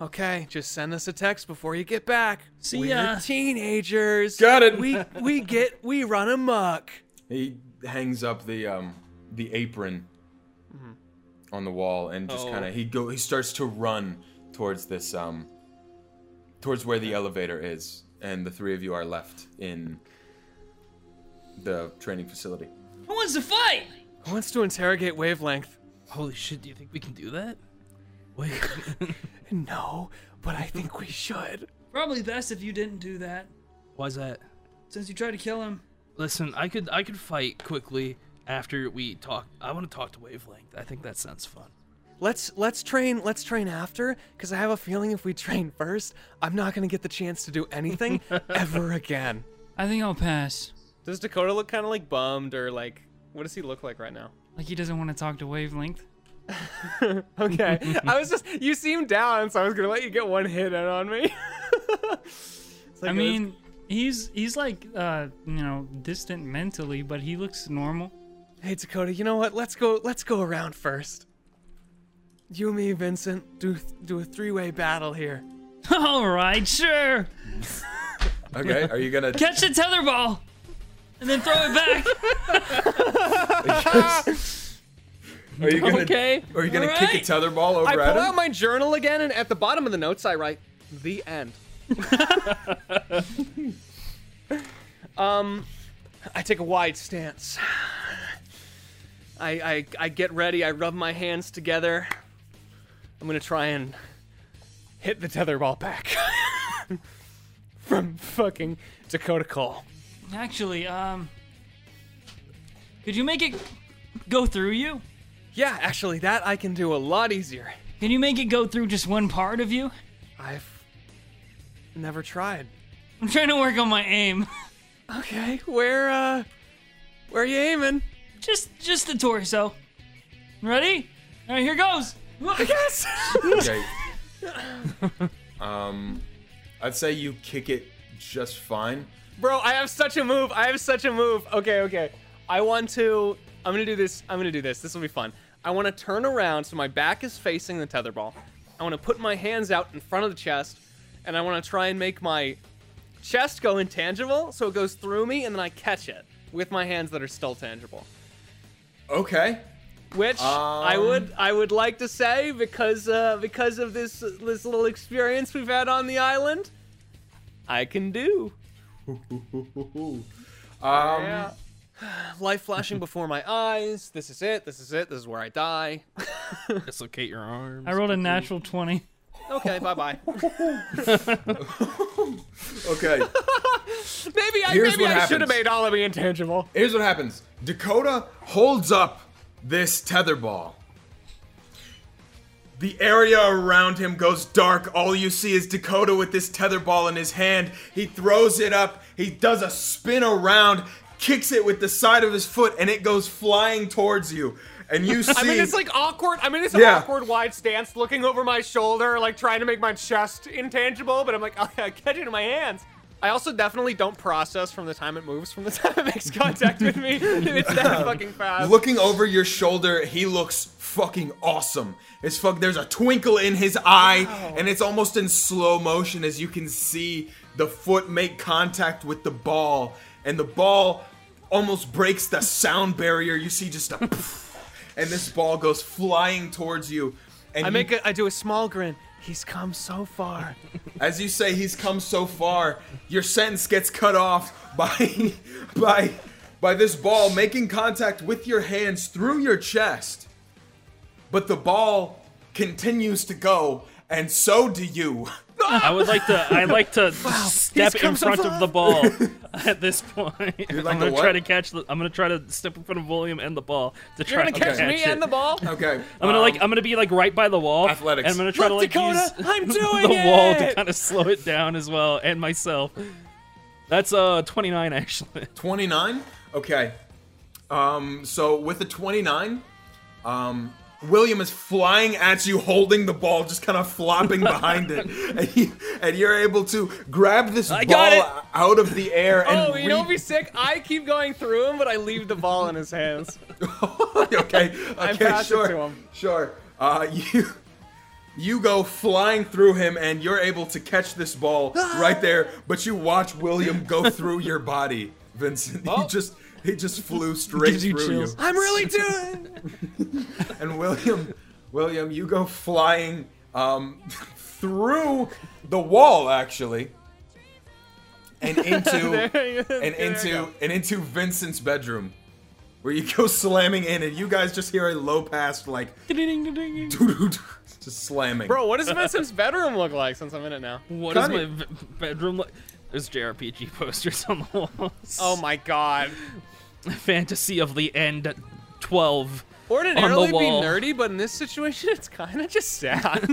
A: okay, just send us a text before you get back.
E: See
A: We're
E: ya.
A: teenagers.
D: Got it.
A: We we get we run amok.
D: He hangs up the um the apron on the wall and just
B: Oh.
D: kind of he go he starts to run towards this um towards where the elevator is, and the three of you are left in the training facility.
E: Who wants to fight?
A: Who wants to interrogate wavelength?
B: Holy shit, do you think we can do that? Wait.
A: No, but I think we should.
E: Probably best if you didn't do that,
B: Why's that?
E: since you tried to kill him.
B: Listen, I could I could fight quickly after we talk. I want to talk to Wavelength. I think that sounds fun.
A: Let's let's train let's train after because I have a feeling if we train first, I'm not gonna get the chance to do anything ever again.
E: I think I'll pass.
C: Does Dakota look kind of like bummed or like what does he look like right now?
E: Like he doesn't want to talk to Wavelength.
C: Okay, I was just you seemed down, so I was gonna let you get one hit in on me. It's like,
E: I mean, he's he's like uh you know distant mentally, but he looks normal.
C: Hey Dakota, you know what? Let's go. Let's go around first. You, me, Vincent, do do a three-way battle here.
E: All right, sure.
D: Okay, are you gonna?
E: Catch the tether ball, and then throw it back.
D: Are you gonna?
B: Okay.
D: Are you gonna
E: All
D: kick
E: right.
D: a tether ball over
C: I
D: at
C: pull
D: him?
C: out my journal again, and at the bottom of the notes, I write the end. um, I take a wide stance. I, I I get ready. I rub my hands together. I'm gonna try and hit the tether ball back from fucking Dakota Call.
E: Actually, um, could you make it go through you?
C: Yeah, actually, that I can do a lot easier.
E: Can you make it go through just one part of you?
C: I've never tried.
E: I'm trying to work on my aim.
C: Okay, where uh, where are you aiming?
E: Just just the torso. Ready? All right, here goes.
C: Yes.
D: Okay. um, I'd say you kick it just fine.
C: Bro, I have such a move. I have such a move. Okay, okay. I want to. I'm gonna do this. I'm gonna do this. This will be fun. I want to turn around so my back is facing the tether ball. I want to put my hands out in front of the chest, and I want to try and make my chest go intangible so it goes through me, and then I catch it with my hands that are still tangible.
D: Okay.
C: Which
A: Uh.
C: I
D: Um.
C: would I would like to say because uh, because of this this little experience we've had on the island, I can do.
D: Um,
C: Life flashing before my eyes. This is it. This is it. This is where I die.
B: Dislocate your arms.
E: I rolled a natural twenty.
C: Okay, bye bye.
D: Okay.
C: Maybe I
D: Here's
C: maybe
D: what
C: I should
D: happens.
C: have made all of me intangible.
D: Here's what happens. Dakota holds up this tether ball. The area around him goes dark. All you see is Dakota with this tether ball in his hand. He throws it up. He does a spin around, kicks it with the side of his foot, and it goes flying towards you. And you see
C: I mean, it's like awkward. I mean, it's an
D: Yeah.
C: awkward wide stance, looking over my shoulder, like trying to make my chest intangible. But I'm like, I catch it in my hands. I also definitely don't process from the time it moves, from the time it makes contact with me. It's that fucking fast.
D: Looking over your shoulder, he looks fucking awesome. It's fuck. There's a twinkle in his eye, and it's almost in slow motion as you can see the foot make contact with the ball, and the ball almost breaks the sound barrier. You see just a, poof, and this ball goes flying towards you. And
C: I
D: you-
C: make a, I do a small grin. He's come so far.
D: as you say, he's come so far. Your sentence gets cut off by by by this ball making contact with your hands through your chest. But the ball continues to go, and so do you.
F: I would like to. I like to step
C: He's come
F: in
C: so
F: front
C: far.
F: of the ball at this point.
D: like
F: I'm
D: the
F: gonna
D: what?
F: try to catch the. I'm gonna try to step in front of William and the ball to
C: You're
F: try
C: gonna
F: to
C: catch me
F: it.
C: and the ball.
D: Okay.
F: I'm gonna like. I'm gonna be like right by the wall.
D: Athletics.
F: And I'm gonna try
C: Look,
F: to like
C: Um, Dakota,
F: use
C: I'm
F: the
C: doing
F: wall to
C: it!
F: kind of slow it down as well, and myself. That's uh 29 actually.
D: 29 okay um so with the 29 um william is flying at you holding the ball just kind of flopping behind it and, you, and you're able to grab this
F: got
D: ball out of the air and
C: Oh, you
D: re-
C: know, what'd be sick. I keep going through him, but I leave the ball in his hands.
D: okay
C: I
D: okay
C: pass it
D: sure
C: to him.
D: sure uh you you go flying through him and you're able to catch this ball right there but you watch william go through your body vincent he just he just flew straight
E: Gives you
D: through
E: chills.
D: you
C: I'm really doing.
D: and William, William, you go flying um, through the wall actually, and into and into and into Vincent's bedroom, where you go slamming in, and you guys just hear a low pass like just slamming.
C: Bro, what does Vincent's bedroom look like since I'm in it now?
F: What is
D: Kinda-
F: my v- bedroom like? There's JRPG posters on the walls.
C: Oh my god.
F: Fantasy of the End at 12.
C: Ordinarily be
F: wall.
C: nerdy, but in this situation, it's kind of just sad.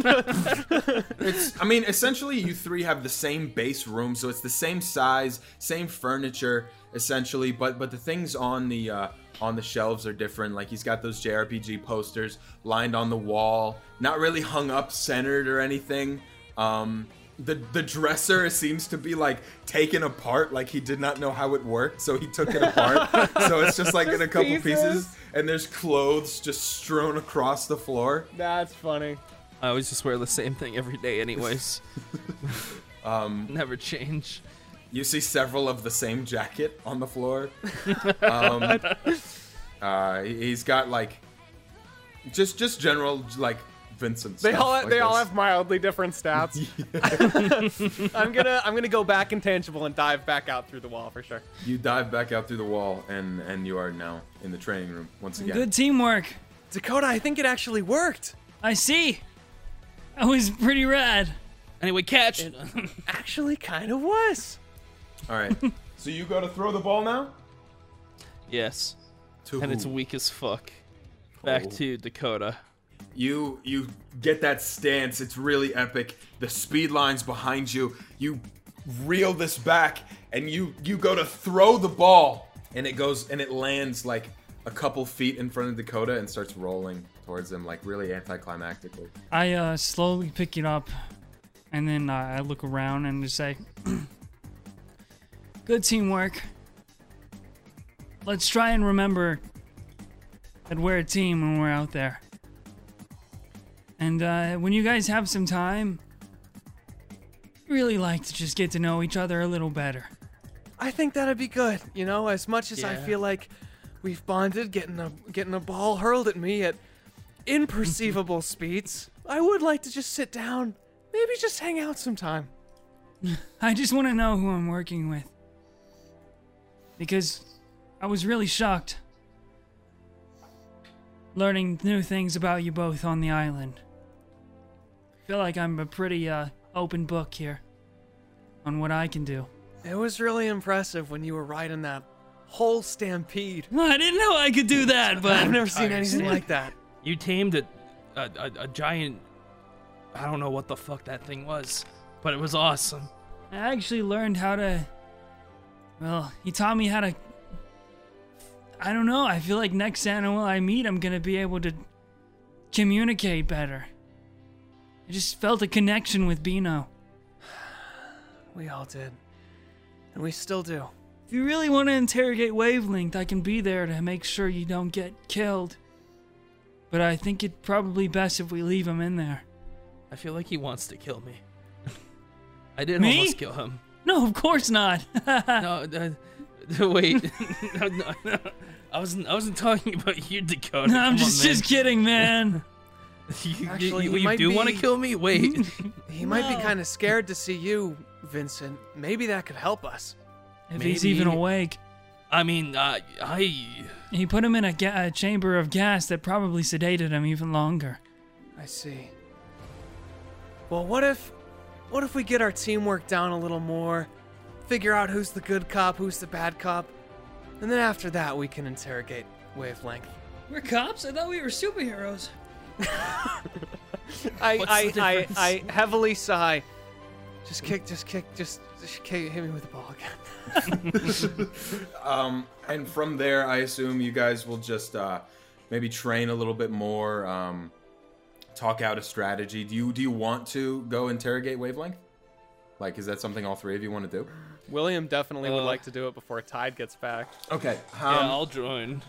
D: I mean, essentially, you three have the same base room, so it's the same size, same furniture, essentially. But but the things on the uh, on the shelves are different. Like he's got those JRPG posters lined on the wall, not really hung up, centered or anything. Um, the the dresser seems to be like taken apart like he did not know how it worked so he took it apart so it's just like in a couple pieces.
C: pieces.
D: and there's clothes just strewn across the floor
C: That's funny.
B: I always just wear the same thing every day, anyways. um, never change.
D: you see several of the same jacket on the floor um, uh, he- he's got like just just general like Vincent
C: They
D: stuff
C: all
D: like
C: they all
D: this.
C: have mildly different stats. I'm gonna I'm gonna go back intangible and dive back out through the wall for sure.
D: you dive back out through the wall and and you are now in the training room once again
E: Good teamwork.
C: Dakota, I think it actually worked.
E: I see. That was pretty rad.
B: Anyway, catch.
C: Actually, kind of was.
D: all right so you go to throw the ball now
F: Yes.
D: to
F: And it's
D: who?
F: weak as fuck. Back
D: Oh.
F: to Dakota.
D: You you get that stance. It's really epic. The speed lines behind you. You reel this back and you you go to throw the ball and it goes and it lands like a couple feet in front of Dakota and starts rolling towards him like really anticlimactically.
E: I uh, slowly pick it up, and then uh, I look around and just say, "Good teamwork. Let's try and remember that we're a team when we're out there. And uh, when you guys have some time, I'd really like to just get to know each other a little better.
C: I think that'd be good. You know, as much as I
B: Yeah.
C: feel like we've bonded, getting a getting a ball hurled at me at imperceivable speeds, I would like to just sit down, maybe just hang out sometime.
E: I just want to know who I'm working with. Because I was really shocked learning new things about you both on the island. feel like I'm a pretty uh, open book here on what I can do.
C: It was really impressive when you were riding that whole stampede.
E: Well, I didn't know I could do that,
C: I've
E: but
C: never seen anything
B: understand.
C: like that.
B: You tamed a, a, a, a giant. I don't know what the fuck that thing was, but it was awesome.
E: I actually learned how to. Well, he taught me how to. I don't know. I feel like next animal I meet, I'm gonna be able to communicate better. I just felt a connection with Bino.
C: We all did, and we still do.
E: If you really want to interrogate Wavelength, I can be there to make sure you don't get killed. But I think it probably best if we leave him in there.
B: I feel like he wants to kill me. I did
E: Me? Ah.
B: almost kill him.
E: No, of course not.
B: No, uh, wait. no, no, no. I wasn't. I wasn't talking about you, Dakota.
E: No,
B: Come
E: I'm just
B: on, man.
E: just kidding, man.
B: You- You,
C: Actually,
B: you-
C: he
B: you
C: might
B: do want to
C: be-
B: kill me? Wait.
C: He might be kind of scared to see you, Vincent. Maybe that could help us.
E: if he's even
B: Maybe-
E: awake,
B: I mean, uh, I, I.
E: he put him in a, ga- a chamber of gas that probably sedated him even longer.
C: I see. Well, what if what if we get our teamwork down a little more, figure out who's the good cop, who's the bad cop, and then after that we can interrogate wavelength.
E: We're cops. I thought we were superheroes.
C: I
B: the
C: I,
B: difference?
C: I I heavily sigh. Just kick, just kick, just, just kick, hit me with the ball again.
D: Um, and from there, I assume you guys will just uh, maybe train a little bit more, um, talk out a strategy. Do you do you want to go interrogate Wavelength? Like, is that something all three of you want to do?
C: William definitely would
F: Uh. like
C: to do it before Tide gets back.
D: Okay.
F: Yeah,
D: Um,
F: I'll join.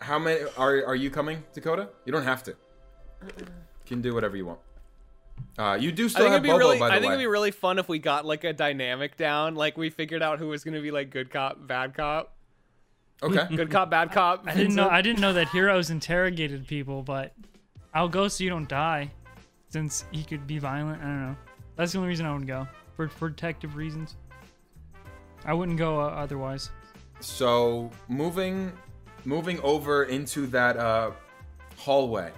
D: How many are are you coming, Dakota? You don't have to. Can do whatever you want. Uh, you do
C: I
D: still
C: think
D: have
C: it'd be
D: Bobo,
C: really,
D: by
C: I
D: the
C: think
D: way.
C: it'd be really fun if we got like a dynamic down, like we figured out who was gonna be like good cop, bad cop,
D: okay.
C: good cop, bad cop.
E: I didn't know. I didn't know that heroes interrogated people, but I'll go so you don't die, since he could be violent. I don't know. That's the only reason I would go for protective reasons. I wouldn't go uh, otherwise.
D: So moving, moving over into that uh, hallway.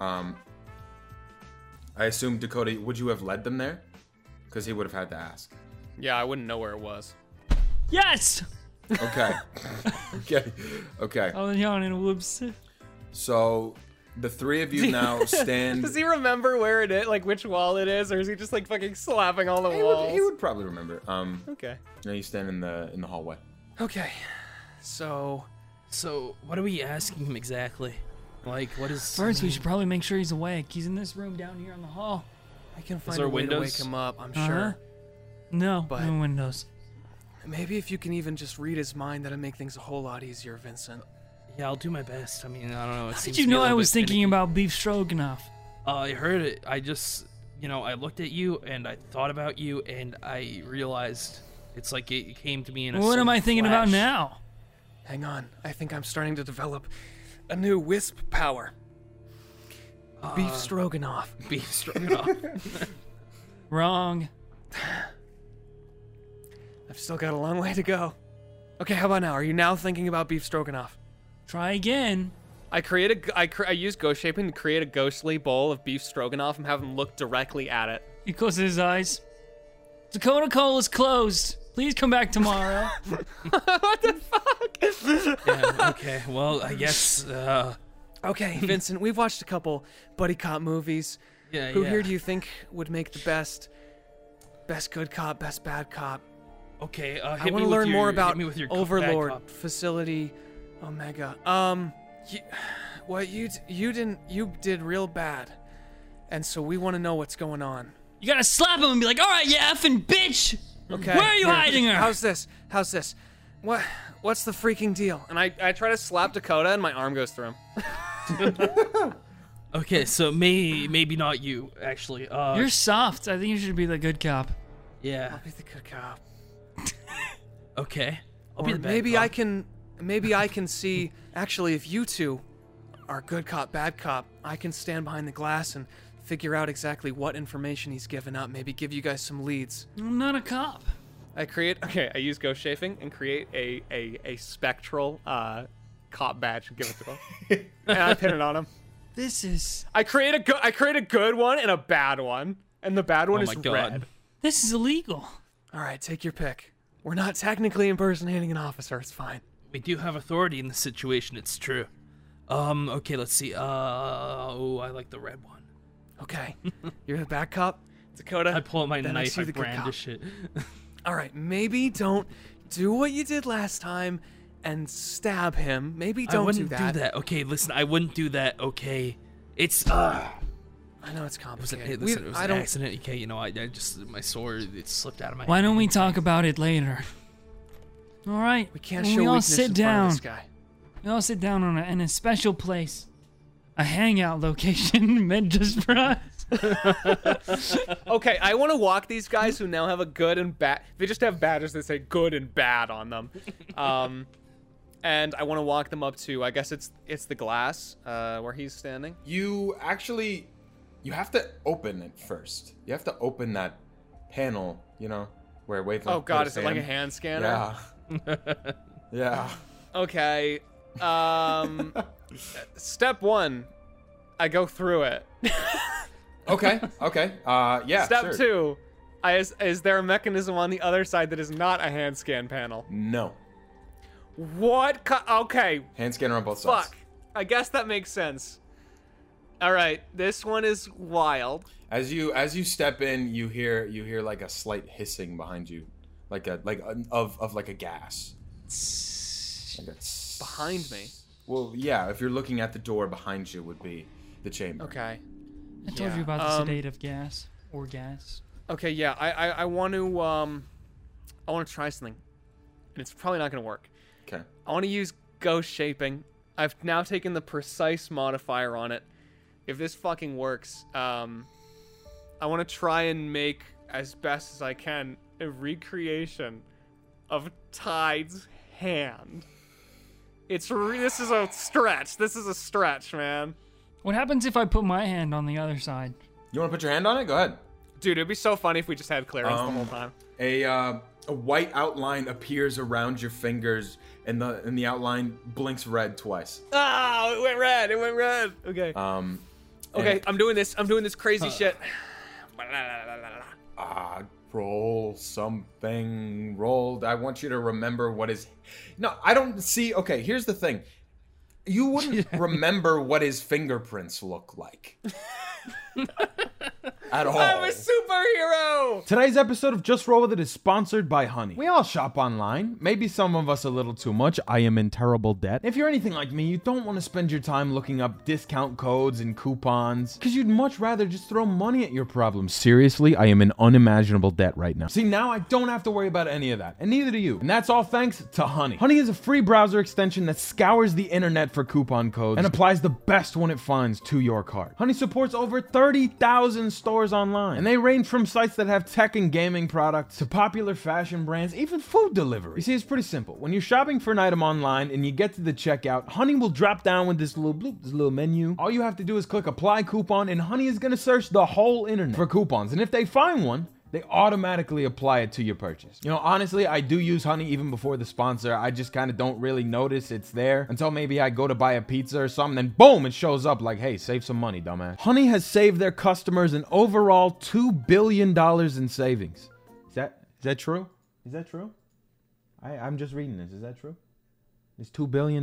D: Um, I assume Dakota, would you have led them there? Because he would have had to ask.
C: Yeah, I wouldn't know where it was.
E: Yes.
D: Okay. okay. Okay.
E: I was yawning. Whoops.
D: So the three of you now stand.
C: Does he remember where it is, like which wall it is, or is he just like fucking slapping all the
D: he,
C: walls?
D: would, he would probably remember. Um,
C: Okay.
D: now you stand in the in the hallway.
C: Okay. So
B: So, what are we asking him exactly? Like, what is?
E: First, we should probably make sure he's awake. He's in this room down here in the hall.
C: I can find
F: there
C: a way to wake
F: windows?
C: him up. I'm
E: Uh-huh.
C: sure.
E: No,
C: But-
E: no windows.
C: Maybe if you can even just read his mind, that'll make things a whole lot easier, Vincent.
B: Yeah, I'll do my best. I mean, I don't know. It
E: How
B: seems
E: did
B: to
E: you
B: be a
E: know
B: little
E: I
B: bit
E: was thinking
B: finicky.
E: about beef stroganoff?
B: Uh, I heard it. I just, you know, I looked at you and I thought about you and I realized it's like it came to me in a.
E: What am
B: sudden
E: I thinking about
B: flash.
E: now?
C: Hang on. I think I'm starting to develop a new wisp power.
F: Uh.
C: Beef stroganoff.
B: Beef stroganoff.
E: Wrong.
C: I've still got a long way to go. Okay, how about now? Are you now thinking about beef stroganoff?
E: Try again.
C: I create a, g- I, cre- I use ghost shaping to create a ghostly bowl of beef stroganoff and have him look directly at it.
E: He closes his eyes. Dakota Cole is closed. Please come back tomorrow.
B: yeah, okay. Well, I guess. Uh,
C: Okay, Vincent, we've watched a couple buddy cop movies.
B: yeah.
C: Who
B: yeah.
C: here do you think would make the best, best good cop, best bad cop?
B: Okay. Uh,
C: I
B: hit
C: want to
B: me with
C: learn
B: your-
C: more
B: hit
C: about
B: me with your co- bad
C: Overlord
B: cop.
C: Facility Omega. Um, you, what you d- you didn't you did real bad, and so we want to know what's going on.
E: you gotta slap him and be like, all right, you effing bitch.
C: Okay.
E: Where are you hiding her?
C: How's this? How's this? What? What's the freaking deal? And I, I try to slap Dakota, and my arm goes through him.
B: Okay, so may maybe not you actually. Uh,
E: You're soft. I think you should be the good cop.
B: yeah.
C: Be the good cop.
B: Okay. I'll
C: Or
B: be the bad
C: maybe
B: cop.
C: I can, maybe I can see. Actually, if you two are good cop, bad cop, I can stand behind the glass and figure out exactly what information he's given up. Maybe give you guys some leads.
E: I'm not a cop.
C: I create. Okay, I use ghost shaping and create a a, a spectral uh, cop badge and give it to him, and I pin it on him.
E: This is
C: I create a good. I create a good one and a bad one, and the bad one
B: Oh
C: is
B: my god.
C: red.
E: this is illegal.
C: All right, take your pick. We're not technically impersonating an officer. It's fine.
B: We do have authority in this situation. It's true. Um. Okay. Let's see. Uh. Oh, I like the red one.
C: Okay, you're the bad cop, Dakota.
B: I pull out my
C: then I
B: knife.
C: see
B: I,
C: the good
B: brandish it.
C: All right, maybe don't do what you did last time and stab him. Maybe
B: I
C: don't do
B: wouldn't
C: that.
B: Okay. Listen. I wouldn't do that. Okay. It's uh.
C: I know it's
B: It was an,
C: complicated.
B: hey,
C: We-
B: listen, it was
C: I
B: an
C: don't.
B: accident. Okay. You know. I, I just my sword it slipped out of my.
E: Why
B: hand.
E: don't we talk about it later? All right.
C: We can't
E: when
C: show
E: we all
C: weakness
E: sit
C: in
E: down.
C: front of this guy.
E: We all sit down on a, in a special place, a hangout location meant just for us.
C: Okay, I want to walk these guys who now have a good and bad. They just have badges that say good and bad on them. Um, and I want to walk them up to. I guess it's it's the glass uh, where he's standing.
D: You actually, you have to open it first. You have to open that panel, you know, where wavelength.
C: Oh God,
D: goes
C: is it like a
D: in.
C: hand scanner?
D: Yeah. yeah.
C: Okay. Um, step one, I go through it.
D: Okay. Okay. Uh, yeah.
C: Step
D: sure.
C: two, I, is, is there a mechanism on the other side that is not a hand scan panel?
D: No.
C: What? Co- okay,
D: Hand scanner on both sides.
C: fuck. I guess that makes sense. All right, this one is wild.
D: As you as you step in, you hear you hear like a slight hissing behind you, like a like a, of of like a gas. Like a tss.
C: Behind me.
D: Well, yeah. If you're looking at the door behind you, would be the chamber.
C: Okay.
E: I told you
C: Yeah,
E: about the
C: um,
E: sedative gas or gas.
C: Okay, yeah, I I, I want to um, I want to try something, and it's probably not gonna work.
D: Okay.
C: I want to use ghost shaping. I've now taken the precise modifier on it. If this fucking works, um, I want to try and make as best as I can a recreation of Tide's hand. It's re- this is a stretch. This is a stretch, man.
E: What happens if I put my hand on the other side?
D: You want to put your hand on it? Go ahead.
C: Dude, it'd be so funny if we just had clearance
D: Um,
C: the whole time.
D: A uh, a white outline appears around your fingers, and the and the outline blinks red twice.
C: Ah, it went red. It went red. Okay.
D: Um,
C: okay,
D: and-
C: I'm doing this. I'm doing this crazy shit.
D: ah, roll something. Roll. I want you to remember what is. No, I don't see. Okay, here's the thing. You wouldn't remember what his fingerprints look like. at all.
C: superhero.
G: Today's episode of Just Roll With It is sponsored by Honey. We all shop online, maybe some of us a little too much. I am in terrible debt. If you're anything like me, you don't want to spend your time looking up discount codes and coupons because you'd much rather just throw money at your problem. Seriously, I am in unimaginable debt right now. See, now I don't have to worry about any of that, and neither do you. And that's all thanks to Honey. Honey is a free browser extension that scours the internet for coupon codes and applies the best one it finds to your card. Honey supports over 30,000 stores online, and they range from sites that have tech and gaming products to popular fashion brands, even food delivery. You see, it's pretty simple. When you're shopping for an item online and you get to the checkout, Honey will drop down with this little bloop, this little menu. All you have to do is click apply coupon, and Honey is gonna search the whole internet for coupons. And if they find one, they automatically apply it to your purchase. You know, honestly, I do use honey even before the sponsor. I just kind of don't really notice it's there until maybe I go to buy a pizza or something, then boom, it shows up like, hey, save some money, dumbass. Honey has saved their customers an overall $2 billion in savings. Is that is that true? Is that true? I, I'm just reading this. Is that true? It's $2 billion?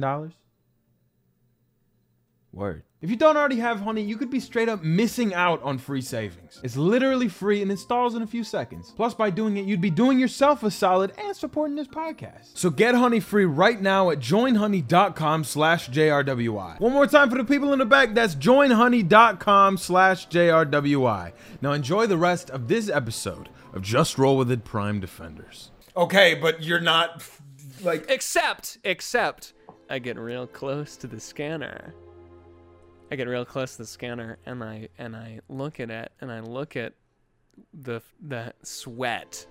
G: Word. If you don't already have Honey, you could be straight up missing out on free savings. It's literally free and installs in a few seconds. Plus, by doing it, you'd be doing yourself a solid and supporting this podcast. So get Honey free right now at joinhoney.com slash JRWI. One more time for the people in the back, that's joinhoney.com slash JRWI. Now enjoy the rest of this episode of Just Roll With It Prime Defenders.
D: Okay, but you're not like
C: Except, except, I get real close to the scanner. I get real close to the scanner, and I and I look at it, and I look at the the sweat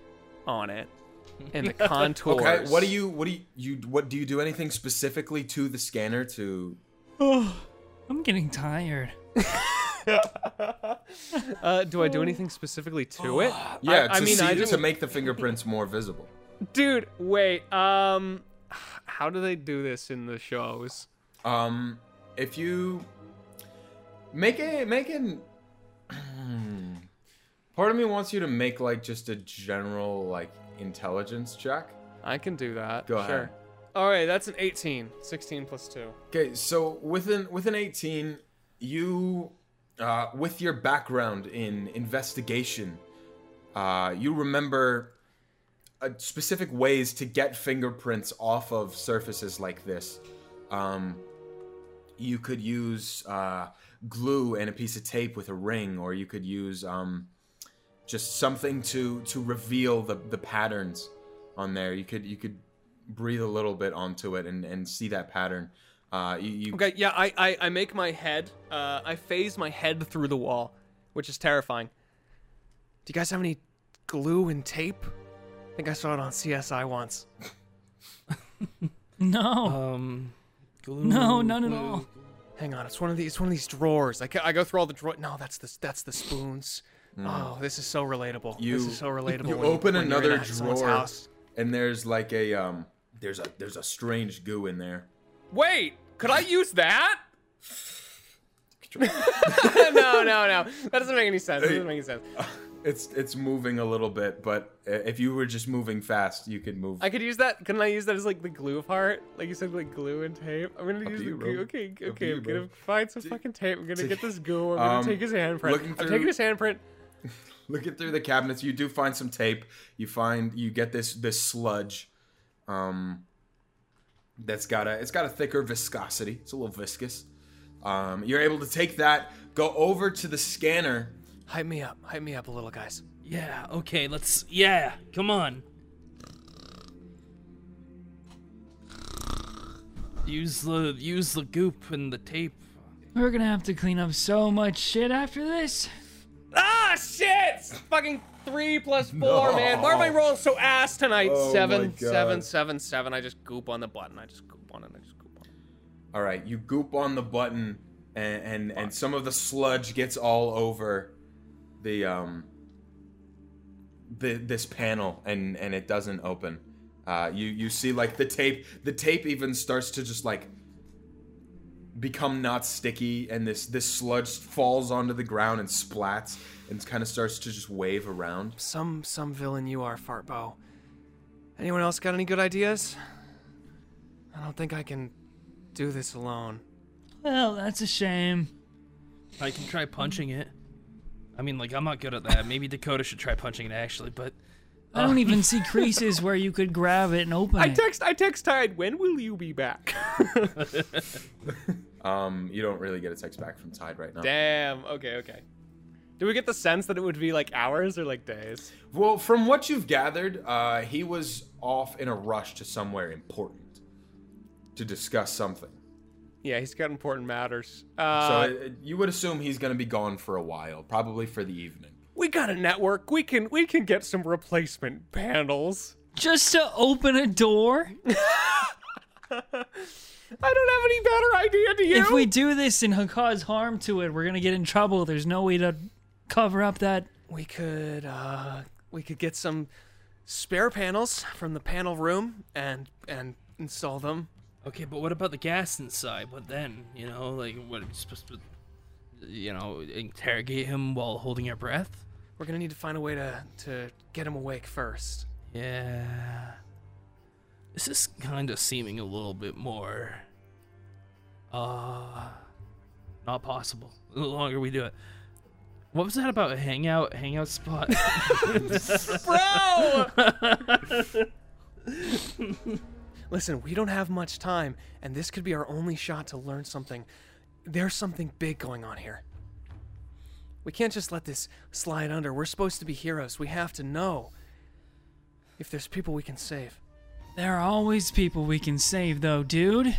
C: on it, and the contours.
D: Okay, what do you what do you, you what do you do anything specifically to the scanner to
E: Oh, I'm getting tired.
C: Uh, do I do anything specifically
D: Oh.
C: to it?
D: Yeah,
C: I, I
D: to
C: mean,
D: see,
C: I
D: to
C: didn't.
D: make the fingerprints more visible.
C: Dude, wait. Um, how do they do this in the shows?
D: Um, if you make a make an part of me wants you to make like just a general like intelligence check.
C: I can do that.
D: Go
C: sure.
D: ahead.
C: All right, that's an 18. 16 plus 2.
D: Okay, so with an with an eighteen, you uh, with your background in investigation, uh, you remember uh, specific ways to get fingerprints off of surfaces like this. Um, you could use uh, glue and a piece of tape with a ring, or you could use um, just something to to reveal the, the patterns on there. You could you could breathe a little bit onto it and, and see that pattern. Uh, you, you
C: Okay, yeah, I, I, I make my head, uh, I phase my head through the wall, which is terrifying. Do you guys have any glue and tape? I think I saw it on CSI once.
E: No,
B: Um, glue,
E: no, none at
B: glue.
E: all.
C: Hang on, it's one of these, it's one of these drawers. I, ca- I go through all the drawers. No, that's the, that's the spoons. Oh, this is so relatable. this
D: Hmm. You-
C: is so relatable.
D: you
C: when when
D: open
C: you're in
D: another
C: a- someone's
D: drawer
C: House.
D: and there's like a um there's a there's a strange goo in there.
C: Wait, could I use that? no, no, no. That doesn't make any sense. That doesn't make any sense.
D: It's it's moving a little bit, but i- if you were just moving fast, you could move.
C: I could use that. Couldn't I use that as like the glue part? Like you said, like glue and tape. I'm gonna use the
D: to you,
C: glue.
D: bro.
C: Okay,
D: Up to
C: okay.
D: you,
C: I'm gonna
D: bro.
C: find some fucking tape. I'm gonna
D: take-
C: get this glue. I'm gonna
D: Um,
C: take his handprint.
D: looking
C: I'm
D: through-
C: taking his handprint.
D: Looking through the cabinets, you do find some tape. You find you get this this sludge, um, that's got a it's got a thicker viscosity. It's a little viscous. Um, you're able to take that, go over to the scanner.
C: Hype me up. Hype me up a little, guys.
B: Yeah. Okay. Let's. Yeah. Come on. Use the use the goop and the tape.
E: We're gonna have to clean up so much shit after this.
C: Ah, shit! It's fucking three plus four, man. Why are my rolls so ass tonight?
D: Oh my
C: Seven, seven, seven,
D: God.
C: seven. I just goop on the button. I just goop on it. I just goop on it.
D: All right, you goop on the button, and and, and some of the sludge gets all over the um the this panel, and and it doesn't open. Uh, you you see like the tape, the tape even starts to just like become not sticky, and this this sludge falls onto the ground and splats, and kind of starts to just wave around.
C: Some, some villain you are, Fartbow. Anyone else got any good ideas? I don't think I can do this alone.
E: Well, that's a shame.
B: I can try punching it. I mean, like, I'm not good at that. Maybe Dakota should try punching it actually, but
E: I don't even see creases where you could grab it and open
C: I
E: it.
C: text I text Tide, when will you be back?
D: Um, you don't really get a text back from Tide right now.
C: Damn. Okay, okay. Do we get the sense that it would be like hours or like days?
D: Well, from what you've gathered, uh, he was off in a rush to somewhere important to discuss something.
C: Yeah, he's got important matters. Uh,
D: So uh, you would assume he's going to be gone for a while, probably for the evening.
C: we got a network. We can we can get some replacement panels.
E: Just to open a door?
C: I don't have any better idea to you.
E: If we do this and cause harm to it, we're gonna get in trouble. There's no way to cover up that.
C: we could uh we could get some spare panels from the panel room and and install them.
B: okay. But what about the gas inside? What then? You know, like, what are we supposed to, you know, interrogate him while holding our breath?
C: We're gonna need to find a way to to get him awake first.
B: Yeah. This is kind of seeming a little bit more. Uh. Not possible. The longer we do it. What was that about a hangout? Hangout spot?
C: Listen, we don't have much time, and this could be our only shot to learn something. There's something big going on here. We can't just let this slide under. We're supposed to be heroes. We have to know if there's people we can save.
E: There are always people we can save, though, dude.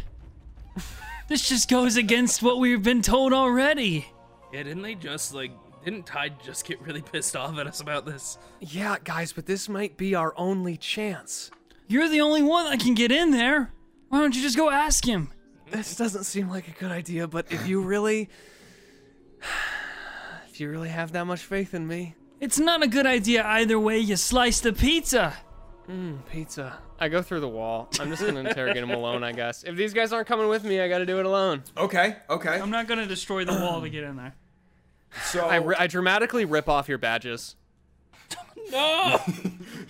E: this just goes against what we've been told already.
B: yeah, didn't they just, like. Didn't Tide just get really pissed off at us about this?
C: Yeah, guys, but this might be our only chance.
E: You're the only one that can get in there. Why don't you just go ask him?
C: This doesn't seem like a good idea, but if you really. If you really have that much faith in me,
E: It's not a good idea either way. You slice the pizza.
C: pizza. I go through the wall. I'm just gonna interrogate him alone, I guess. If these guys aren't coming with me, I gotta do it alone.
D: Okay, okay.
E: I'm not gonna destroy the wall to get in there.
D: So
C: Um, I, I dramatically rip off your badges.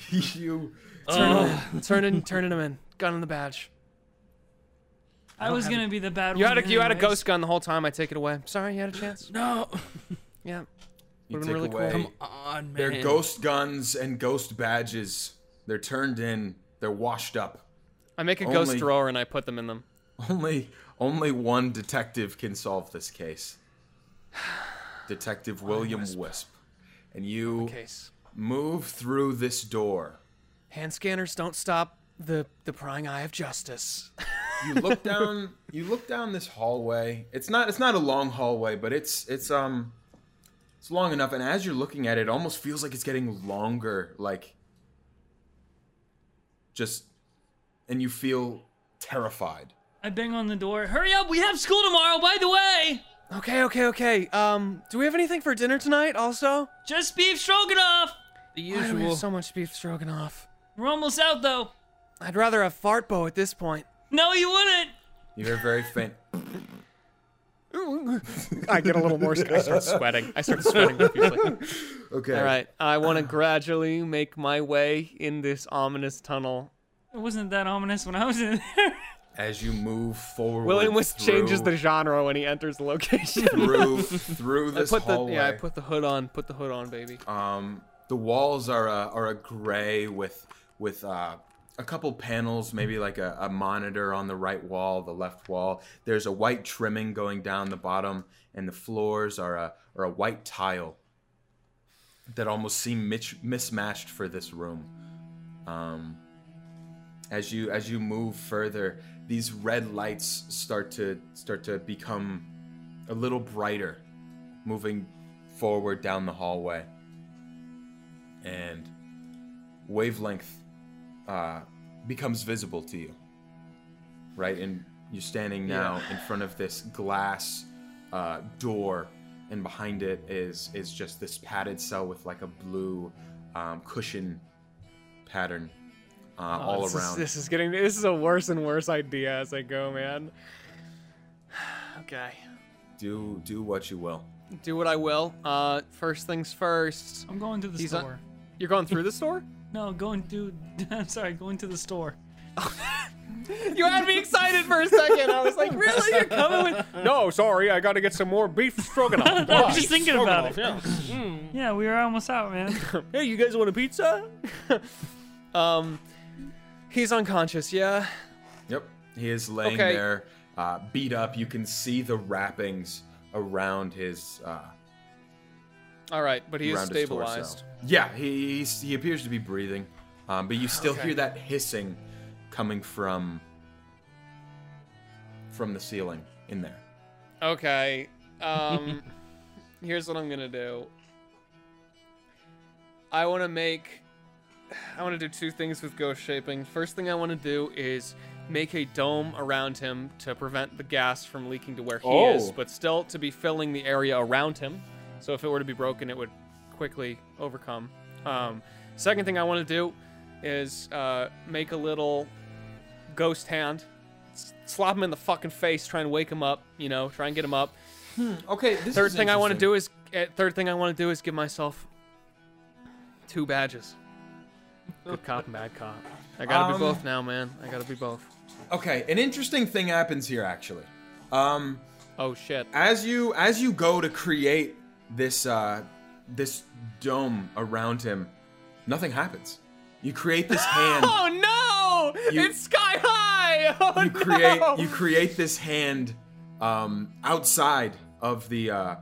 D: you
C: Turning, turning them in. Gun in the badge.
E: I, was gonna be the bad
C: You
E: one.
C: had a you had a
E: anyways.
C: ghost gun the whole time. I take it away. Sorry, you had a chance.
B: No!
C: Yeah.
D: you
C: Would've
D: take
C: been really cool.
D: away
C: Come
B: On, man.
D: their ghost guns and ghost badges. They're turned in. They're washed up.
C: I make a
D: Only-
C: ghost drawer and I put them in them.
D: Only only one detective can solve this case. Detective William Wisp. And you
C: Case.
D: move through this door.
C: Hand scanners don't stop the the prying eye of justice.
D: You look down you look down this hallway. It's not it's not a long hallway, but it's it's um it's long enough and as you're looking at it, it almost feels like it's getting longer like just and you feel terrified.
E: I bang on the door. Hurry up! We have school tomorrow. By the way,
C: Okay, okay, okay. Um, do we have anything for dinner tonight? Also,
E: just beef stroganoff.
B: The
C: Why do we
B: usual.
C: have so much beef stroganoff.
E: We're almost out though.
C: I'd rather have fart bow at this point.
E: No, you wouldn't.
D: You hear very faint.
C: I get a little more. I start sweating. I start sweating profusely.
D: Okay.
C: All right, I want to gradually make my way in this ominous tunnel.
E: It wasn't that ominous when I was in there.
D: As you move forward
C: William West
D: through,
C: changes the genre when he enters the location.
D: through through
C: I
D: this
C: put the
D: hallway.
C: yeah, I put the hood on. Put the hood on, baby.
D: Um, the walls are a, are a gray with with uh, a couple panels, maybe like a, a monitor on the right wall, the left wall. There's a white trimming going down the bottom, and the floors are a are a white tile that almost seem mitch- mismatched for this room. Um, as you as you move further, these red lights start to start to become a little brighter, moving forward down the hallway and wavelength uh, becomes visible to you. Right? And you're standing now in front of this glass uh, door, and behind it is is just this padded cell with like a blue um, cushion pattern uh, all
C: Oh, this
D: around.
C: Is, this is getting. This is a worse and worse idea as I go, man. okay,
D: Do do what you will.
C: do what I will. Uh, first things first.
E: I'm going to the
C: He's on-
E: store.
C: You're going through the store.
E: No, going to. I'm sorry, going to the store.
C: You had me excited for a second. I was like, really? You're coming with. No, sorry. I got to get some more beef stroganoff.
E: I was just thinking about it. Mm. Yeah, we were almost out, man.
C: Hey, you guys want a pizza? um, he's unconscious, yeah?
D: Yep. He is laying
C: Okay.
D: there, uh, beat up. You can see the wrappings around his. Uh,
C: All right, but he is
D: around his torso.
C: stabilized.
D: Yeah, he he's, he appears to be breathing, um, but you still hear that hissing coming from from the ceiling in there.
C: Okay. Um, here's what I'm gonna do. I want to make. I want to do two things with ghost shaping. First thing I want to do is make a dome around him to prevent the gas from leaking to where he is,
D: Oh.
C: but still to be filling the area around him. So if it were to be broken, it would quickly overcome. Um, second thing I want to do is uh, make a little ghost hand, s- slap him in the fucking face, try and wake him up. You know, try and get him up
D: Okay. This
C: third thing I want to do is uh, third thing I want to do is give myself two badges. Good cop and bad cop. I gotta
D: Um,
C: be both now, man. I gotta be both.
D: Okay, an interesting thing happens here actually. Um,
C: Oh shit.
D: as you as you go to create this uh, this dome around him, nothing happens. You create this hand.
C: Oh no!
D: You-
C: it's sky high. Oh
D: you create
C: no!
D: you create this hand um, outside of the uh,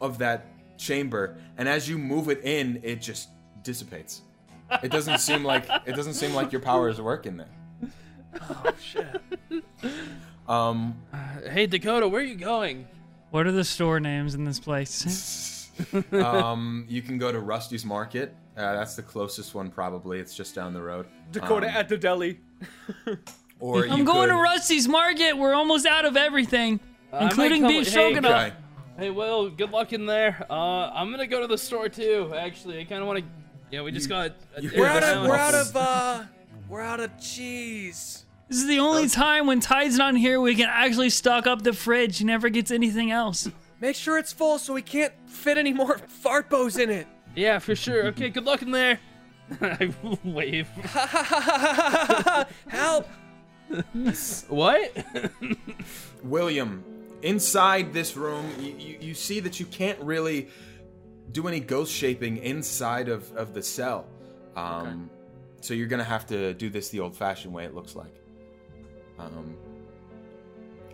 D: of that chamber, and as you move it in, it just dissipates. It doesn't seem like it doesn't seem like your powers work in there. Oh shit. Um,
B: Hey Dakota, where are you going?
E: What are the store names in this place?
D: um, you can go to Rusty's Market. Uh, that's the closest one, probably. It's just down the road.
C: Dakota
D: Um,
C: at the deli.
D: or you
E: I'm going
D: could-
E: to Rusty's Market. We're almost out of everything,
B: might
E: including
B: come
E: beef
B: with- hey,
E: stroganoff.
D: Okay.
B: Hey Will, good luck in there. Uh, I'm gonna go to the store too. Actually, I kind of want to. Yeah, we just got.
D: you-
B: uh,
D: We're
B: uh,
D: out of- we're out of-
C: uh, we're out of cheese.
E: This is the only time when Tide's not here we can actually stock up the fridge. He never gets anything else.
C: Make sure it's full so we can't fit any more fartbos in it.
B: Yeah, for sure. Okay, good luck in there. I wave.
C: Help!
B: What?
D: William, inside this room, you, you, you see that you can't really do any ghost shaping inside of, of the cell. Um, So you're going to have to do this the old fashioned way, it looks like. Um,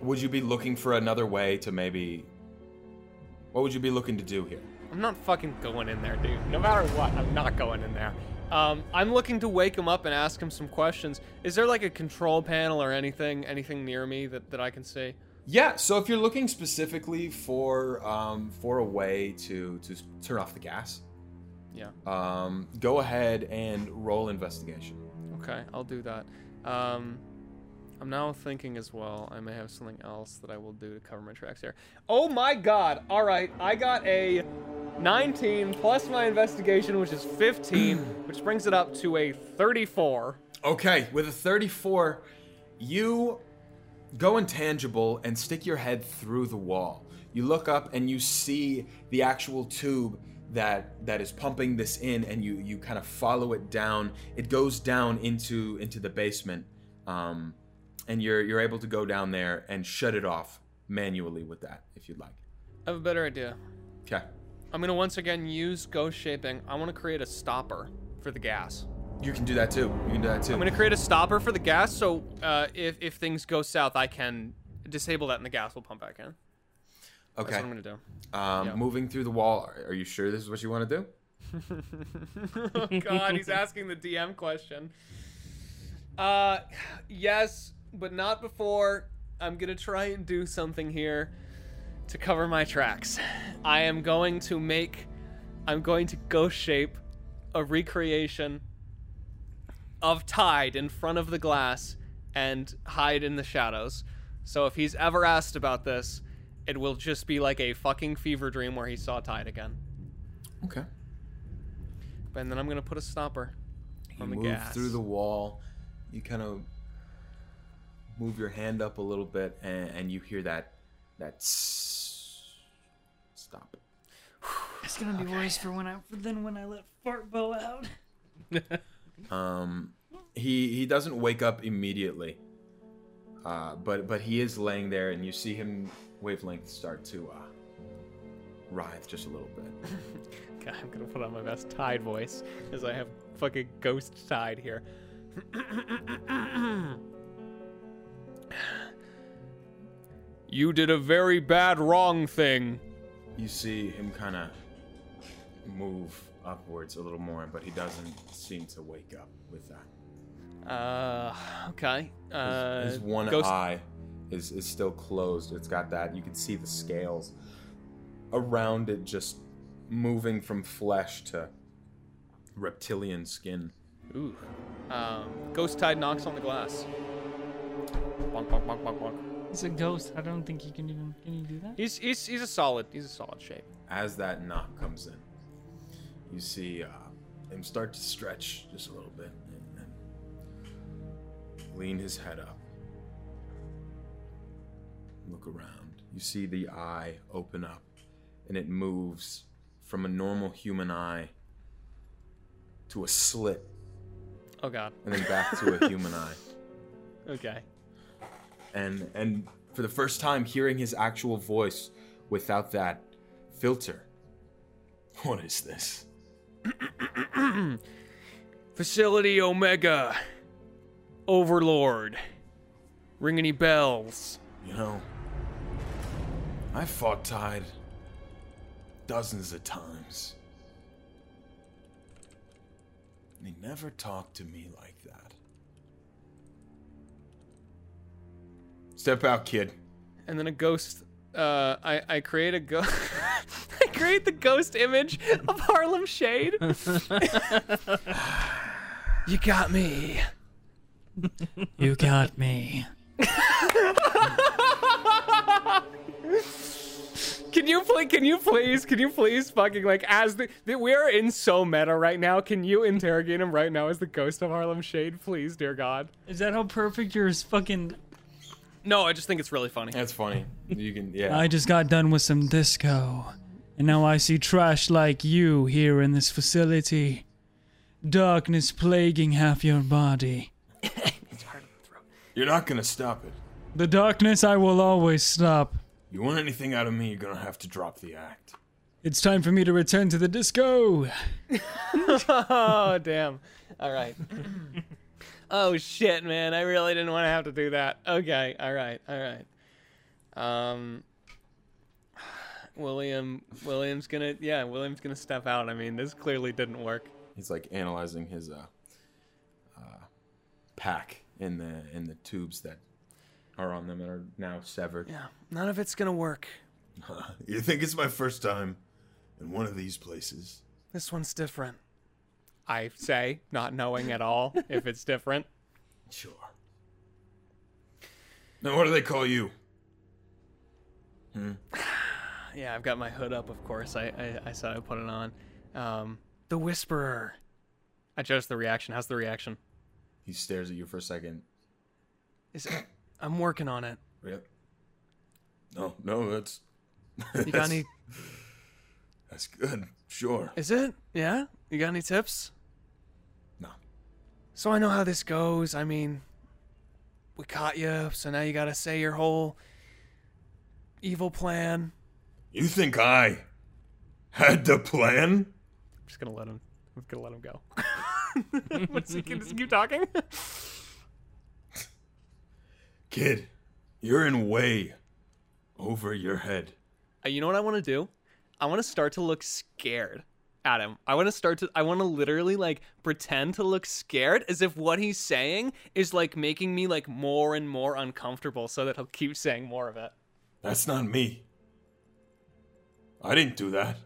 D: would you be looking for another way to maybe. What would you be looking to do here?
C: I'm not fucking going in there, dude. No matter what, I'm not going in there. Um, I'm looking to wake him up and ask him some questions. Is there like a control panel or anything, anything near me that, that I can see?
D: Yeah, so if you're looking specifically for um, for a way to, to turn off the gas,
C: Yeah.
D: um, go ahead and roll investigation.
C: Okay, I'll do that. Um, I'm now thinking as well. I may have something else that I will do to cover my tracks here. Oh my god! All right, I got a 19 plus my investigation, which is 15, which brings it up to a 34.
D: Okay, with a 34, you go intangible and stick your head through the wall. You look up and you see the actual tube that that is pumping this in and you you kind of follow it down. It goes down into into the basement. Um and you're you're able to go down there and shut it off manually with that if you'd like.
C: I have a better idea.
D: Okay.
C: I'm gonna once again use ghost shaping. I want to create a stopper for the gas.
D: You can do that too. You can do that too.
C: I'm gonna create a stopper for the gas, so uh, if if things go south, I can disable that, and the gas will pump back in.
D: okay.
C: That's what I'm gonna do.
D: um
C: yeah.
D: moving through the wall. Are- Are you sure this is what you want to do?
C: oh god, he's asking the DM question. Uh yes, but not before I'm going to try and do something here to cover my tracks. I am going to make I'm going to ghost shape a recreation of Tide in front of the glass and hide in the shadows. So if he's ever asked about this, it will just be like a fucking fever dream where he saw Tide again.
D: Okay.
C: And then I'm gonna put a stopper on the
D: you move
C: gas.
D: through the wall you kind of move your hand up a little bit and, and you hear that that tss. stop
E: It's gonna be worse for when I than when I let Fartbo out.
D: um he he doesn't wake up immediately. Uh, but but he is laying there, and you see him wavelength start to uh, writhe just a little bit.
C: God, I'm gonna put on my best Tide voice because I have fucking ghost Tide here. you did a very bad wrong thing.
D: You see him kind of move upwards a little more, but he doesn't seem to wake up with that.
C: Uh, okay. Uh,
D: His one
C: ghost-
D: eye is, is still closed. It's got that. You can see the scales around it just moving from flesh to reptilian skin.
C: Ooh. Um, ghost Tide knocks on the glass. Bonk, bonk, bonk, bonk, bonk.
E: It's a ghost. I don't think you can even can you do that.
C: He's, he's, he's a solid he's a solid shape.
D: As that knock comes in, you see uh, him start to stretch just a little bit and, and lean his head up. Look around. You see the eye open up and it moves from a normal human eye to a slit
C: Oh god.
D: and then back to a human eye.
C: Okay.
D: and and for the first time hearing his actual voice without that filter. What is this?
C: Facility Omega. Overlord. Ring any bells?
D: You know, I fought Tide dozens of times. And He never talked to me like that. Step out, kid.
C: And then a ghost. Uh, I I create a ghost. I create the ghost image of Harlem Shade. you got me.
E: You got me.
C: Can you play? Can you please? Can you please fucking like as the, the we are in so meta right now. Can you interrogate him right now as the ghost of Harlem Shade, please, dear God?
E: Is that how perfect your fucking?
C: No, I just think it's really funny.
D: That's funny. You can, yeah.
E: I just got done with some disco, and now I see trash like you here in this facility. Darkness plaguing half your body.
D: You're not gonna stop it.
E: The darkness I will always stop.
D: You want anything out of me, you're gonna have to drop the act.
E: It's time for me to return to the disco.
C: Oh damn! All right. oh shit, man! I really didn't want to have to do that. Okay, all right, all right. Um, William, William's gonna, yeah, William's gonna step out. I mean, this clearly didn't work.
D: he's like analyzing his uh, uh, pack in the in the tubes that are on them and are now severed.
C: Yeah, none of it's gonna work.
D: You think it's my first time in one of these places?
C: This one's different. I say, not knowing at all if it's different.
D: Sure. Now, what do they call you?
C: Yeah, I've got my hood up, of course. I, I, I said I put it on. Um, the Whisperer. I chose the reaction. How's the reaction?
D: He stares at you for a second.
C: Is I'm working on it.
D: Yep. No, no, that's.
C: You got any?
D: That's good. Sure.
C: Is it? Yeah. You got any tips?
D: No.
C: So I know how this goes. I mean, we caught you, so now you gotta say your whole evil plan.
D: You think I had the plan?
C: I'm just gonna let him. I'm just gonna let him go. What's he can just keep talking?
D: Kid, you're in way over your head.
C: Uh, You know what I want to do? I want to start to look scared at him. I want to start to. I want to literally like pretend to look scared, as if what he's saying is like making me like more and more uncomfortable, so that he'll keep saying more of it.
D: That's not me. I didn't do that.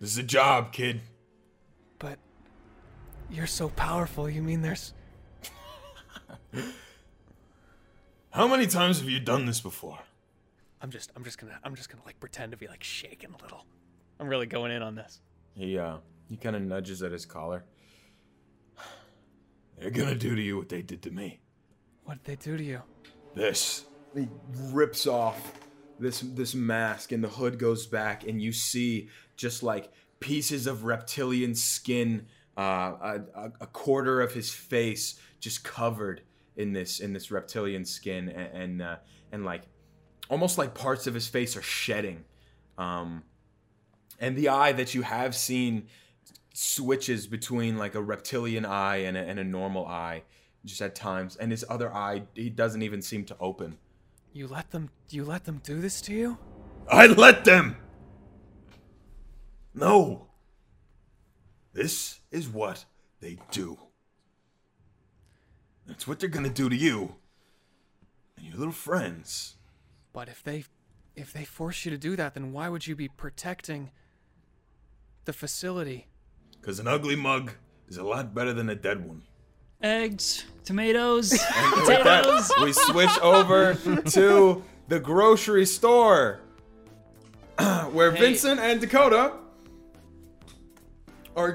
D: This is a job, kid.
C: But you're so powerful. You mean there's
D: How many times have you done this before?
C: I'm just I'm just gonna I'm just gonna like pretend to be like shaking a little. I'm really going in on this.
D: He uh he kind of nudges at his collar. They're gonna do to you what they did to me.
C: What did they do to you?
D: This. He rips off this this mask and the hood goes back and you see just like pieces of reptilian skin uh, a, a- a quarter of his face just covered in this in this reptilian skin, and and, uh, and like almost like parts of his face are shedding. Um, and the eye that you have seen switches between like a reptilian eye and a, and a normal eye just at times and his other eye he doesn't even seem to open
C: You let them. You let them do this to you?
D: i let them no this is what they do that's what they're gonna do to you and your little friends
C: But if they, if they force you to do that, then why would you be protecting the facility?
D: because an ugly mug is a lot better than a dead one
E: Eggs, tomatoes,
D: With that,
E: potatoes.
D: we switch over to the grocery store where Vincent and Dakota are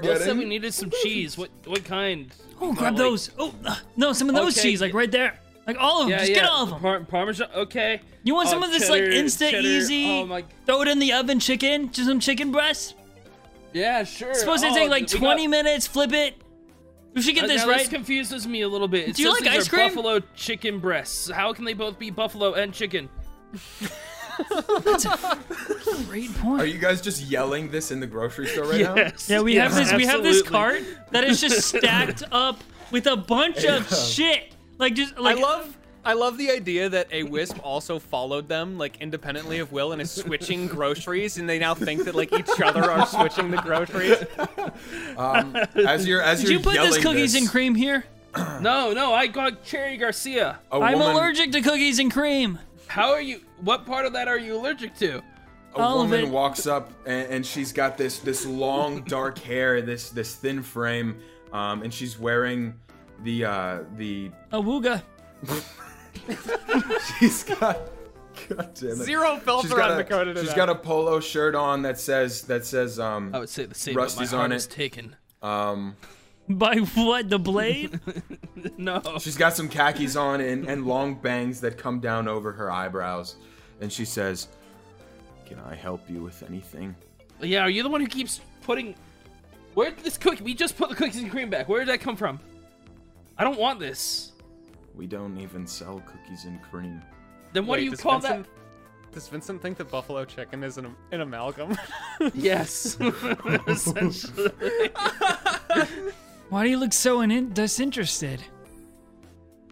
B: Well, it said
D: getting.
B: we needed some cheese. What what kind?
E: Oh,
B: You
E: grab
B: know, like-
E: those. Oh, uh, no, some of those
B: Okay.
E: cheese, like right there. Like all of them.
B: Yeah,
E: Just
B: yeah.
E: get all of them.
B: Par- Parmesan. Okay.
E: You want
B: Oh,
E: some of this
B: cheddar-
E: like instant
B: cheddar.
E: easy?
B: Oh my.
E: Throw it in the oven, chicken. Just some chicken breast.
B: Yeah, sure.
E: It's supposed
B: Oh,
E: to take like
B: we got-
E: 20 minutes. Flip it. We should get
B: Uh,
E: this
B: now
E: right.
B: This confuses me a little bit. It
E: Do you
B: says
E: like
B: these
E: ice
B: are
E: cream?
B: Buffalo chicken breasts. How can they both be buffalo and chicken?
E: Great point.
D: are you guys just yelling this in the grocery store right now?
E: yeah, we have this. We have
B: absolutely.
E: this cart that is just stacked up with a bunch of shit. Like just like
C: I love. I love the idea that a wisp also followed them, like independently of Will, and is switching groceries, and they now think that like each other are switching the groceries.
D: As you're as
E: Did
D: you're
E: you put this
D: yelling
E: cookies
D: this,
E: and cream here?
B: No, no, I got Cherry Garcia.
D: a
E: I'm
D: woman-
E: allergic to cookies and cream.
B: How are you? What part of that are you allergic to?
D: a
E: All of
D: woman
E: it.
D: walks up and, and she's got this this long dark hair, this this thin frame, um, and she's wearing the uh, the
E: Awooga.
D: she's got. God damn it.
C: Zero filter
D: She's got,
C: on
D: a,
C: Dakota today.
D: she's got a polo shirt on that says that says um
E: Oh,
B: I would say the same.
D: Rusty's
B: but my heart
D: on
B: is
D: it.
B: taken.
D: Um,
E: By what? The blade?
B: No.
D: she's got some khakis on and, and long bangs that come down over her eyebrows. And she says, Can I help you with anything?
B: Yeah, are you the one who keeps putting? Where would this cookie? We just put the cookies and cream back. Where did that come from? I don't want this.
D: We don't even sell cookies and cream.
B: Then what
C: Wait,
B: do you
C: does
B: call
C: Vincent,
B: that?
C: Does Vincent think that buffalo chicken is an, an amalgam?
B: Yes. Essentially.
E: Why do you look so in- disinterested?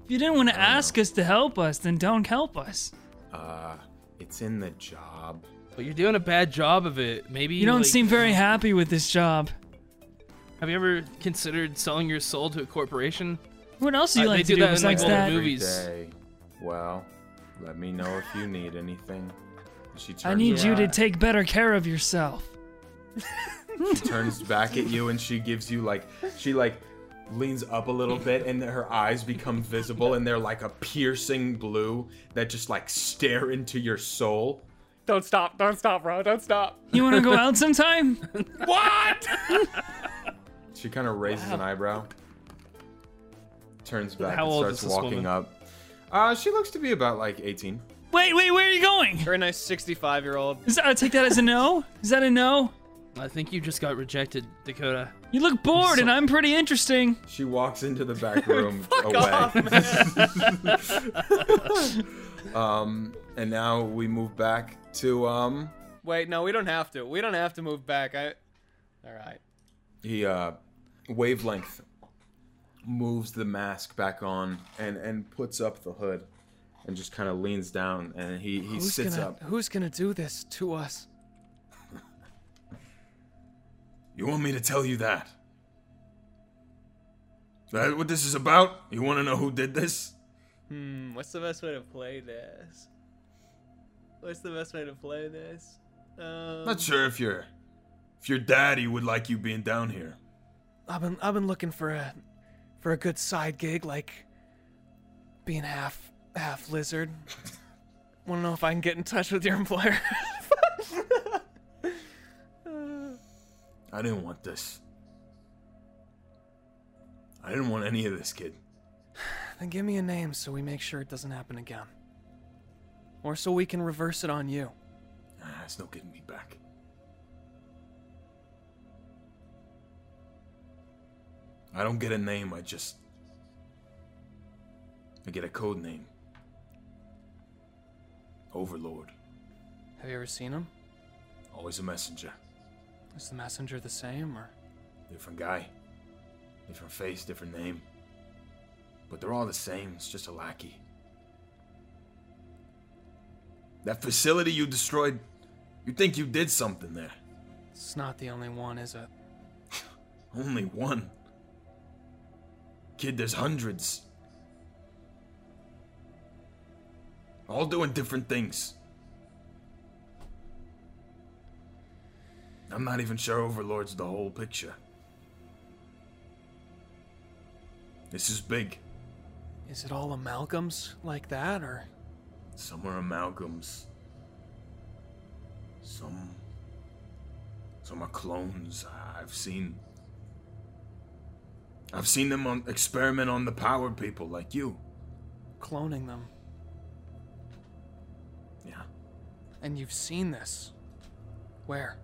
E: If you didn't want to ask us to help us, then don't help us.
D: Uh, it's in the job.
B: But you're doing a bad job of it. Maybe
E: You don't
B: like, uh,
E: seem very happy with this job.
B: Have you ever considered selling your soul to a corporation?
E: What else do you
B: Uh, they
E: like
B: do
E: to do
B: that in, like,
E: besides
B: all the
E: that?
B: movies.
D: Every day. Well, let me know if you need anything. And She turns
E: I need you to
D: around-
E: take better care of yourself.
D: turns back at you and she gives you like she like leans up a little bit and her eyes become visible and they're like a piercing blue that just like stare into your soul.
C: don't stop! Don't stop, bro! Don't stop!
E: You want to go out sometime?
C: What?
D: She kind of raises an eyebrow. Turns back
B: How
D: and
B: old
D: starts
B: is this
D: walking
B: woman?
D: up. Uh she looks to be about like 18.
E: Wait, wait, where are you going?
C: Very nice, sixty-five-year-old.
E: Is that, I take that as a no? Is that a no?
B: I think you just got rejected, Dakota.
E: You look bored, and I'm pretty interesting.
D: She walks into the back room away. um and now we move back to um
C: Wait, no, we don't have to. We don't have to move back. I. All right.
D: he uh wavelength moves the mask back on and and puts up the hood and just kind of leans down and he he sits
C: gonna,
D: up
C: Who's gonna do this to us?
D: you want me to tell you that that what this is about you want to know who did this
C: Hmm, what's the best way to play this? What's the best way to play this? Um,
D: not sure if your if your daddy would like you being down here
C: I've been I've been looking for a for a good side gig, like being half half lizard. Want to know if I can get in touch with your employer?
D: i didn't want this i didn't want any of this kid
C: then give me a name so we make sure it doesn't happen again, or so we can reverse it on you.
D: ah, it's no getting me back I don't get a name, I just. I get a code name Overlord.
C: Have you ever seen him?
D: Always a messenger.
C: Is the messenger the same, or
D: Different guy. Different face, different name. But they're all the same, it's just a lackey. That facility you destroyed, you think you did something there.
C: it's not the only one, is it?
D: Only one. Kid, there's hundreds. All doing different things. I'm not even sure Overlord's the whole picture. This is big.
C: Is it all amalgams like that, or
D: Some are amalgams. Some. Some are clones. I've seen. I've seen them on experiment on the powered people like you.
C: cloning them?
D: Yeah.
C: And you've seen this. Where?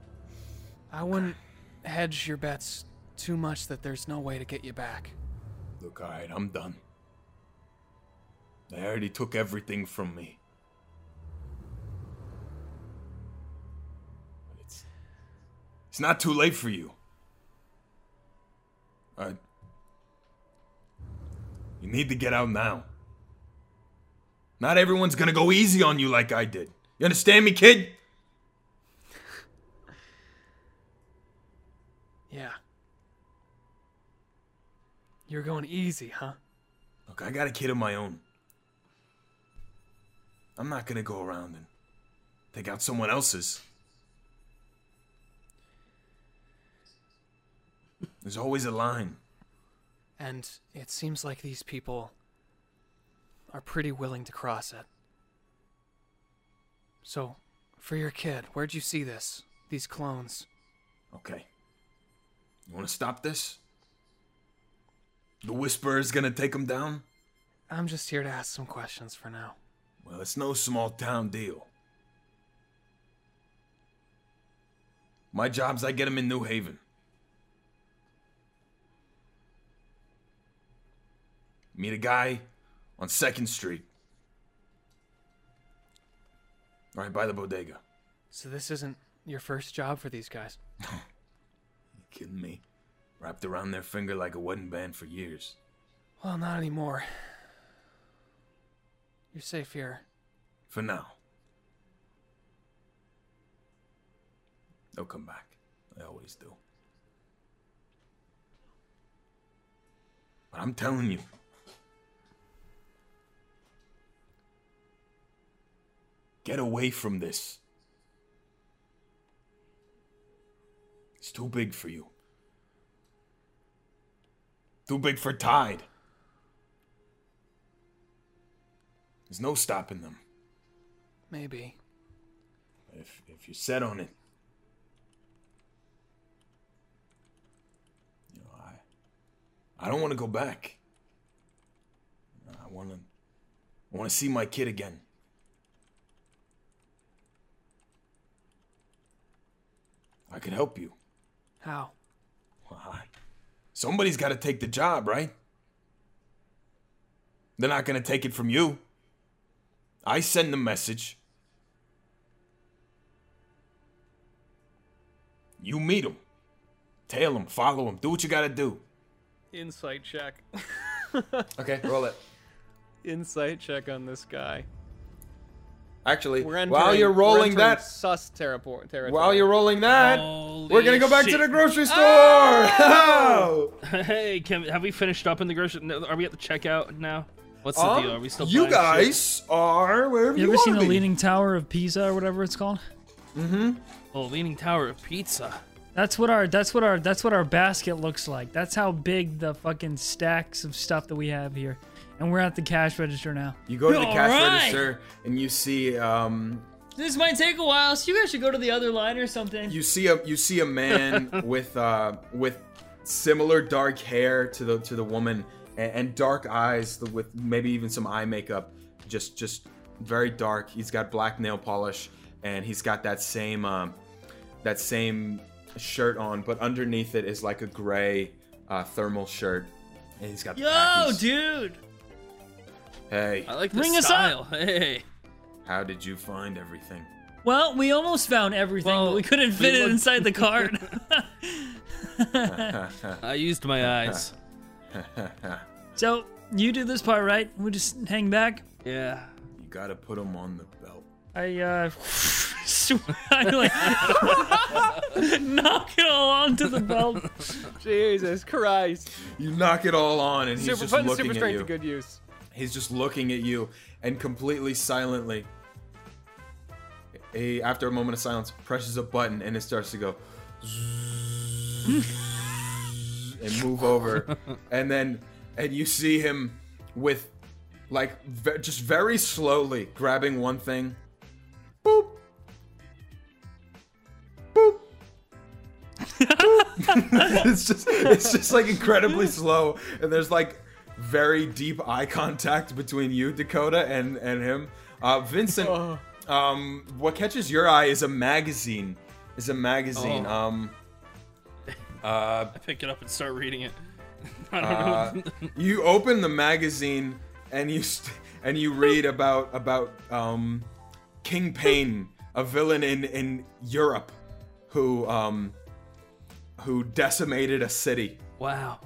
C: I wouldn't hedge your bets too much that there's no way to get you back.
D: Look, alright, I'm done. They already took everything from me. But It's, it's not too late for you. Uh, you need to get out now. Not everyone's gonna go easy on you like I did. You understand me, kid?
C: Yeah. You're going easy, huh?
D: Look, I got a kid of my own. I'm not gonna go around and take out someone else's. There's always a line.
C: And it seems like these people are pretty willing to cross it. So, for your kid, where'd you see this? These clones?
D: Okay. You wanna stop this? The Whisperer's gonna take him down?
C: I'm just here to ask some questions for now.
D: Well, it's no small town deal. My job's I get him in New Haven. Meet a guy on 2nd Street. Right by the bodega.
C: So, this isn't your first job for these guys.
D: You kidding me? Wrapped around their finger like a wedding band for years.
C: Well, not anymore. You're safe here.
D: For now. They'll come back. They always do. But I'm telling you. Get away from this. It's too big for you. Too big for Tide. There's no stopping them.
C: Maybe.
D: If if you're set on it, you know I I don't want to go back. I want to I want to see my kid again. I could help you.
C: How?
D: Why? Somebody's got to take the job, right? They're not going to take it from you. I send the message. You meet him. Tail him, follow him, do what you got to do.
C: Insight check.
D: Okay, roll it.
C: Insight check on this guy.
D: Actually,
C: We're entering,
G: While you're
C: we're
G: rolling
C: entering
G: that-
C: sus territory. territory.
G: While you're rolling that, we're gonna
B: Holy
G: go back to
B: shit.
G: the grocery store.
C: Oh!
B: Hey, can, have we finished up in the grocery? no, Are we at the checkout now? What's the
G: Um,
B: deal? Are we still?
G: you
B: buying shit?
G: guys are wherever you,
E: You ever
G: want
E: seen
G: to
E: the
G: be.
E: Leaning Tower of Pisa or whatever it's called?
B: Oh, Leaning Tower of Pizza.
E: That's what our that's what our that's what our basket looks like. That's how big the fucking stacks of stuff that we have here. And we're at the cash register now.
G: You go to the
B: All
G: cash
B: right.
G: register and you see um,
E: This might take a while, so you guys should go to the other line or something.
G: you see a you see a man with uh, with similar dark hair to the to the woman and, and dark eyes with maybe even some eye makeup, just just very dark. He's got black nail polish and he's got that uh, same um, that same shirt on, but underneath it is like a gray
D: uh, thermal shirt, and he's got the
B: Yo,
D: khakis.
B: dude!
D: Hey,
B: I like the
F: Ring us
B: style. Hey.
D: how did you find everything?
H: Well, we almost found everything,
B: Well,
H: but we couldn't fit
B: we
H: it
B: looked-
H: inside the card.
B: I used my eyes.
H: so you do this part, right? We just hang back.
B: yeah.
D: You gotta put him on the belt.
E: I uh,
H: I like knock it all onto the belt.
C: Jesus Christ.
D: You knock it all on, and he's
C: Super,
D: just
C: putting
D: looking
C: super
D: at
C: strength
D: you.
C: to good use.
D: He's just looking at you and completely silently. He, after a moment of silence, presses a button and it starts to go and move over. And then, and you see him with, like, ve- just very slowly grabbing one thing. Boop. Boop. Boop. it's just, it's just like incredibly slow. And there's like, very deep eye contact between you, Dakota, and and him. Uh, Vincent, um, what catches your eye is a magazine. Is a magazine.
B: Oh.
D: Um,
B: I pick it up and start reading it.
D: uh, you open the magazine and you st- and you read about about um, King Pain, a villain in in Europe, who um, who decimated a city.
B: Wow.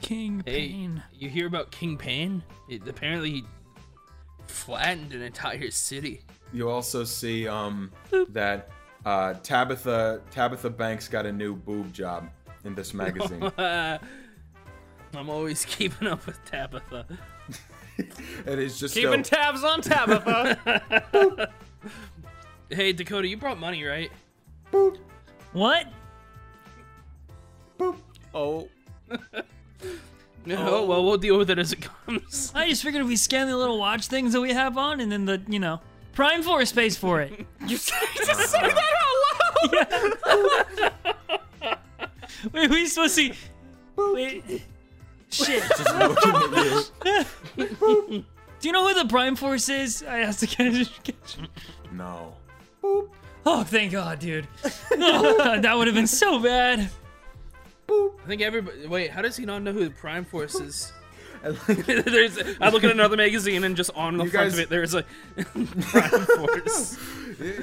E: King
B: Hey,
E: Pain.
B: you hear about King Pain? It, apparently, he flattened an entire city.
D: You also see um, that uh, Tabitha Tabitha Banks got a new boob job in this magazine,
B: I'm always keeping up with Tabitha.
D: and it's just
C: Keeping
D: a-
C: tabs on Tabitha.
B: Hey, Dakota, you brought money, right?
H: What?
C: oh,
B: No. Oh, well, we'll deal with it as it comes.
H: I just figured if we scan the little watch things that we have on, and then the you know prime force space for it.
C: you just say that out loud.
H: Wait, we supposed to? Wait. Shit. Do you know who the prime force is? I asked the catch.
D: no.
H: Oh, thank God, dude. that would have been so bad.
B: I think everybody. Wait, how does he not know who the Prime Force is? There's, I look at another magazine and just on the
D: You
B: front
D: guys-
B: of it, there's a Prime Force.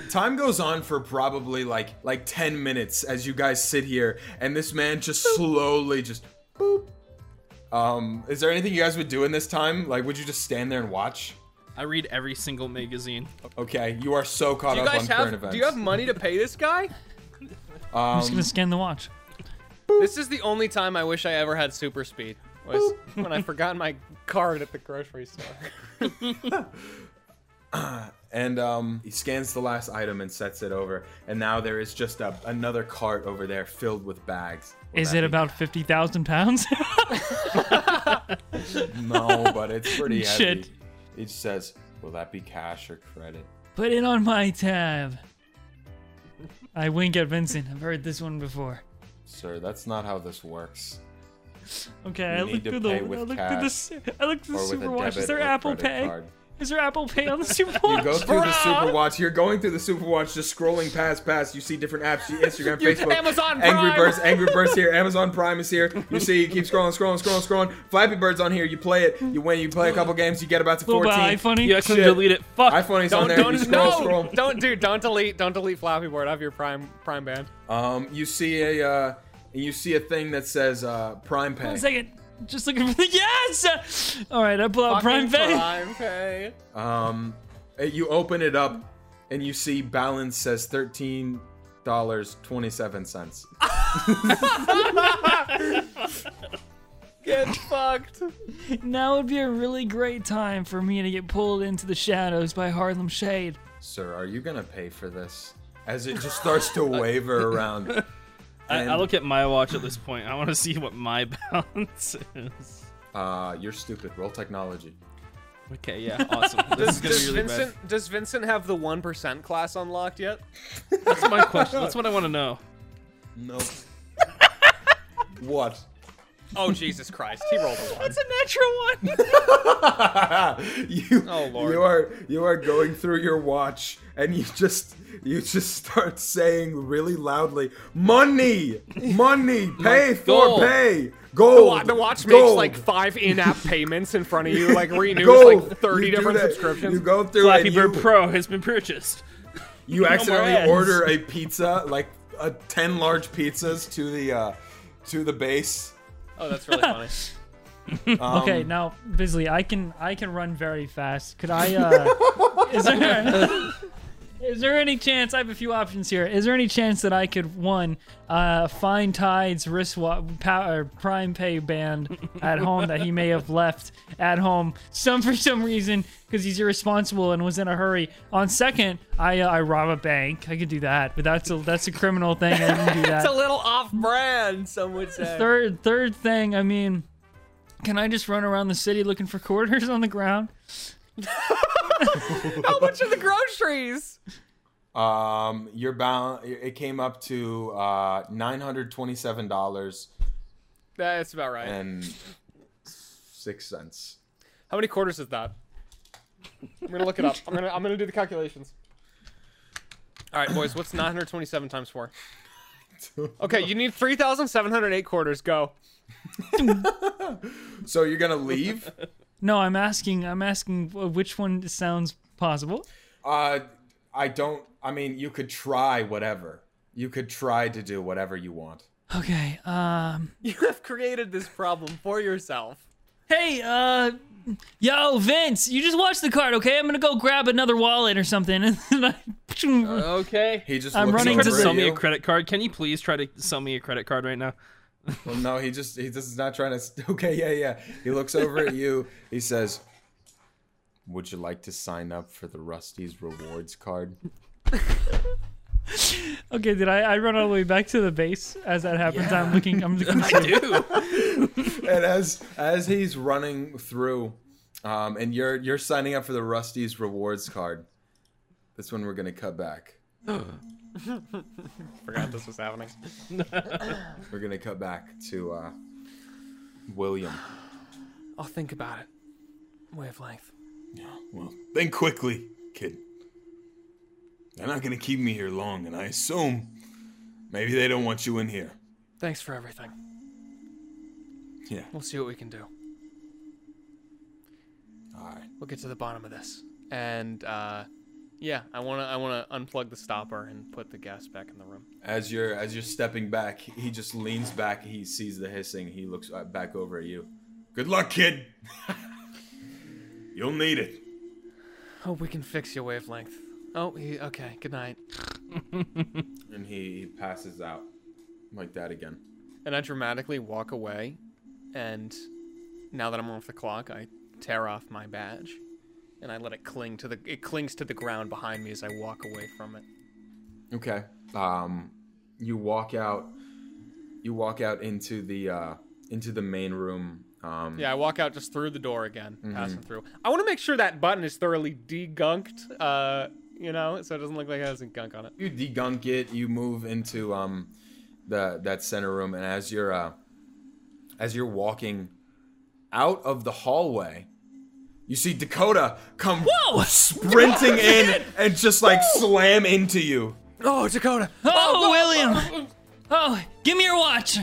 D: Time goes on for probably like like ten minutes as you guys sit here, and this man just slowly just boop. Um, is there anything you guys would do in this time? Like, would you just stand there and watch?
B: I read every single magazine.
D: Okay, you are so caught
C: Do you
D: up on
C: guys
D: current
C: have?
D: events.
C: Do you have money to pay this guy?
H: I'm
D: Um,
H: just gonna scan the watch.
C: This is the only time I wish I ever had super speed. Was when I forgot my card at the grocery store.
D: And um, he scans the last item and sets it over. And now there is just a, another cart over there filled with bags. Will
E: Is
D: that
E: it
D: be-
E: about fifty thousand pounds?
D: No, but it's pretty heavy.
E: Shit.
D: It says, "Will that be cash or credit?"
E: Put it on my tab. I wink at Vincent. I've heard this one before.
D: Sir, that's not how this works.
E: Okay,
D: You
E: I
D: need
E: look
D: to
E: through the.
D: pay
E: I
D: with
E: look
D: cash
E: through the. s- I look through
D: Or
E: the
D: with
E: super
D: a
E: watch.
D: debit
E: Is there
D: or
E: Apple
D: credit
E: Pay?
D: card.
E: Is there Apple Pay on the super
D: You
E: watch?
D: go through the
E: Bruh!
D: super watch. You're going through the super watch, just scrolling past, past. You see different apps: you- Instagram, Facebook,
C: Amazon
D: Angry
C: Prime.
D: Birds. Angry Birds here. Amazon Prime is here. You see, you keep scrolling, scrolling, scrolling, scrolling. Flappy Birds on here. You play it. You win. You play a couple games. You get about to
E: Little
D: fourteen.
E: bit iFunny.
B: You actually
D: Shit.
B: delete it. Fuck.
D: iPhone is
C: Don't
D: on there. you
C: don't
D: scroll,
C: no
D: scroll.
C: don't dude don't delete don't delete Flappy Bird. I have your prime prime band.
D: Um, you see a uh, you see a thing that says uh, Prime Pay.
H: One second. Just looking for the yes. All right, I pull out Prime
C: Fucking
H: Pay.
C: Prime Pay.
D: Um, uh, you open it up and you see balance says thirteen dollars twenty seven cents.
C: Get fucked.
H: Now would be a really great time for me to get pulled into the shadows by Harlem Shade.
D: Sir, are you gonna pay for this? As it just starts to waver around.
F: I,
D: And,
F: I look at my watch at this point. I want to see what my balance is.
D: uh, you're stupid. Roll technology.
F: Okay, yeah, awesome. This is gonna
C: Does
F: be really
C: Vincent does Vincent have the one percent class unlocked yet?
F: bad. That's my question. That's what I want to know.
D: Nope. what?
C: Oh Jesus Christ! He rolled a one.
D: you,
C: Oh, Lord.
D: you are you are going through your watch and you just you just start saying really loudly money money pay for
B: God.
D: pay
C: The,
G: Go.
C: wa- the watch
G: go.
C: makes like five in-app payments in front of you, like renews
G: go.
C: like 30
G: You do
C: different
G: that.
C: subscriptions.
G: You go through
F: Flappy
G: and
F: Bird
G: you,
F: Pro has been purchased.
G: you accidentally
F: ads.
G: order.
D: order a pizza, like uh, ten large pizzas to the uh, to the base. Um,
C: Oh, that's really funny.
E: Okay, now Bisley, I can I can run very fast. Could I? Uh, is there is there any chance? I have a few options here. Is there any chance that I could one uh, find Tide's wristwatch power prime pay band at home that he may have left at home some for some reason because he's irresponsible and was in a hurry. On second, I uh, I rob a bank. I could do that, but that's a that's a criminal thing. I can do that.
C: it's a little off-brand, some would say.
E: third third thing i mean can i just run around the city looking for quarters on the ground
C: How much are the groceries?
D: Um, you're bound. It came up to uh, nine hundred twenty-seven dollars
C: That's about right.
D: and six cents.
C: How many quarters is that? I'm gonna look it up. I'm gonna I'm gonna do the calculations. All right, boys. What's 927 times four? Okay, you need 3,708 quarters. Go.
D: So you're gonna leave?
E: no i'm asking i'm asking uh, which one sounds possible
D: uh, I don't. I mean, you could try whatever. You could try to do whatever you want.
E: okay um
C: You have created this problem for yourself.
E: hey uh yo vince you just watch the card okay i'm gonna go grab another wallet or something and then I-
F: Okay.
D: He just
E: I'm
D: looks
E: running
F: Try to
D: over
E: Over
F: sell
D: at
F: me a
D: you.
F: credit card. Can you please try to sell me a credit card right now?
D: Well, no, he just he just is not trying to. Okay, yeah, yeah. He looks over at you. He says, "Would you like to sign up for the Rusty's rewards card?"
E: okay did i i run all the way back to the base as that happens i'm looking i'm looking
F: Dude.
D: And as as he's running through, um, and you're you're signing up for the Rusty's rewards card. That's when we're gonna cut back.
C: Forgot this was happening.
D: We're gonna cut back to uh, William.
C: I'll think about it. Wavelength.
D: Well, think quickly, kid. They're not gonna keep me here long, and I assume maybe they don't want you in here.
C: Thanks for everything.
D: Yeah.
C: We'll see what we can do.
D: All right.
C: We'll get to the bottom of this. And uh, yeah, I wanna I wanna unplug the stopper and put the gas back in the room.
D: As you're as you're stepping back, he just leans back. He sees the hissing. He looks uh, back over at you. Good luck, kid. You'll need it.
C: Hope Oh, we can fix your wavelength. Oh, he, okay. Good night.
D: And he, he passes out like that again.
C: And I dramatically walk away. And now that I'm off the clock, I tear off my badge, and I let it cling to the it clings to the ground behind me as I walk away from it.
D: Okay. Um, you walk out. You walk out into the uh, into the main room. Um,
C: Yeah, I walk out just through the door again, passing through. I want to make sure that button is thoroughly degunked, uh, you know, so it doesn't look like it has any gunk on it.
D: you degunk it you move into um the that center room and as you're uh as you're walking out of the hallway you see dakota come sprinting in and just like slam into you
C: Oh, Dakota!
E: oh william oh give me your watch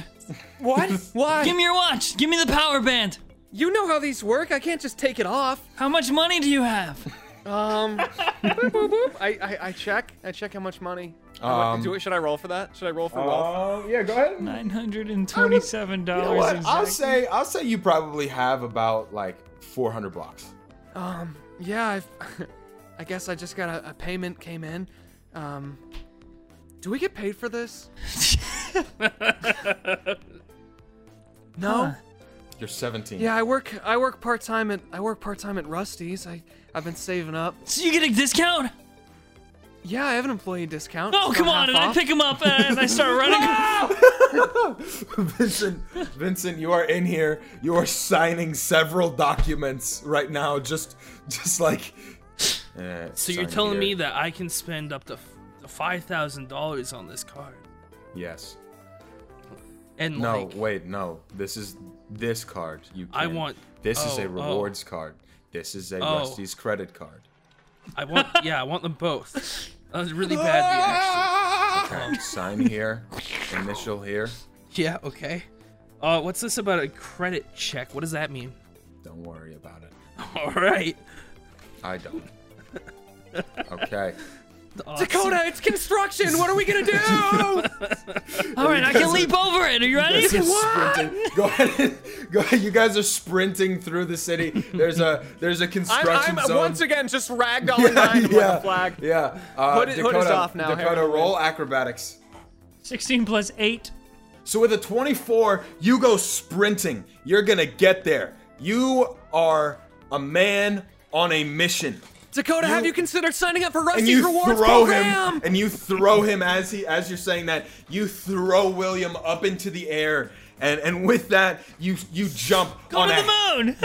C: What? Why?
E: give me your watch give me the power band
C: You know how these work. I can't just take it off.
E: how much money do you have
C: Um, boop, boop, boop. I, I I check. I check how much money. How mu-
D: Um,
C: do it, should I roll for that? Should I roll for wealth?
D: uh, yeah go ahead You
E: Nine hundred and twenty-seven
D: know
E: dollars.
D: what? i'll say i'll say you probably have about like 400 blocks
C: Um, yeah. I've, I guess I just got a, a payment came in. Um, do we get paid for this? no.
D: you're 17
C: Yeah, I work. I work part time at. I work part time at Rusty's. I I've been saving up.
E: So you get a discount?
C: Yeah, I have an employee discount.
E: Oh,
C: It's
E: come
C: about
E: on!
C: half
E: And I
C: off.
E: pick him up and, I start running.
D: Vincent, Vincent, you are in here. You are signing several documents right now. Just, just like. eh,
B: So you're
D: sign
B: telling
D: here.
B: me that I can spend up to f- five thousand dollars on this card?
D: Yes.
B: And
D: No.
B: like,
D: Wait. No. This is this card. You.
B: I
D: can-
B: want-
D: This is
B: oh,
D: a
B: oh.
D: rewards card. This is a
B: Oh.
D: Rusty's credit card.
B: I want, yeah, I want them both. That was really badly, actually.
D: Sign here. Initial here.
B: Yeah, okay. Uh, what's this about a credit check? What does that mean?
D: Don't worry about it.
B: All right.
D: I don't. Okay.
C: Dakota, it's construction. What are we gonna do?
H: All right, I can leap over it. Are you ready?
D: Sprinting. Go ahead. and- Go ahead. You guys are sprinting through the city. There's a there's a construction
C: I'm, I'm
D: zone.
C: once again just ragdolling behind the
D: yeah.
C: white flag.
D: Yeah. Uh,
C: Hood- hood is
D: Dakota,
C: off now,
D: Dakota,
C: Harold.
D: roll acrobatics.
E: 16 plus 8.
D: So with a 24, you go sprinting. You're gonna get there. You are a man on a mission.
C: Dakota, have you considered signing up for
D: and
C: Rusty's
D: you
C: rewards
D: throw
C: program?
D: him and you throw him as he as you're saying that you throw William up into the air and and with that you you jump on a-
E: the moon!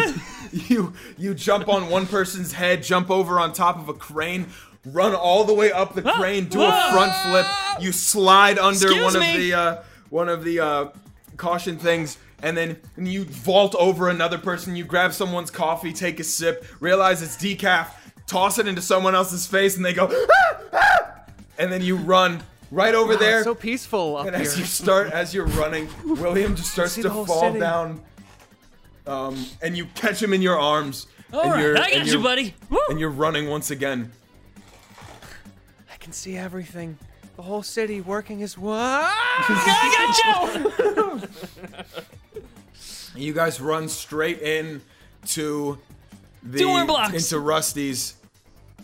D: you you jump on one person's head jump over on top of a crane run all the way up the crane do a front flip you slide under
H: Ah, Excuse
D: one
H: me.
D: of the uh, one of the uh, caution things and then and you vault over another person you grab someone's coffee take a sip realize it's decaf toss it into someone else's face and they go "Ah, ah," and then you run right over there
C: It's so peaceful up
D: and
C: here.
D: as you start, as you're running, William just starts
C: see
D: to
C: the whole
D: fall
C: city.
D: down. Um, and you catch him in your arms. All and
H: right,
D: you're,
H: I got
D: and
H: you,
D: you're-
H: buddy. Woo.
D: And you're running once again.
C: I can see everything. The whole city working his what?
D: You guys run straight in to the
H: Doing blocks.
D: into Rusty's,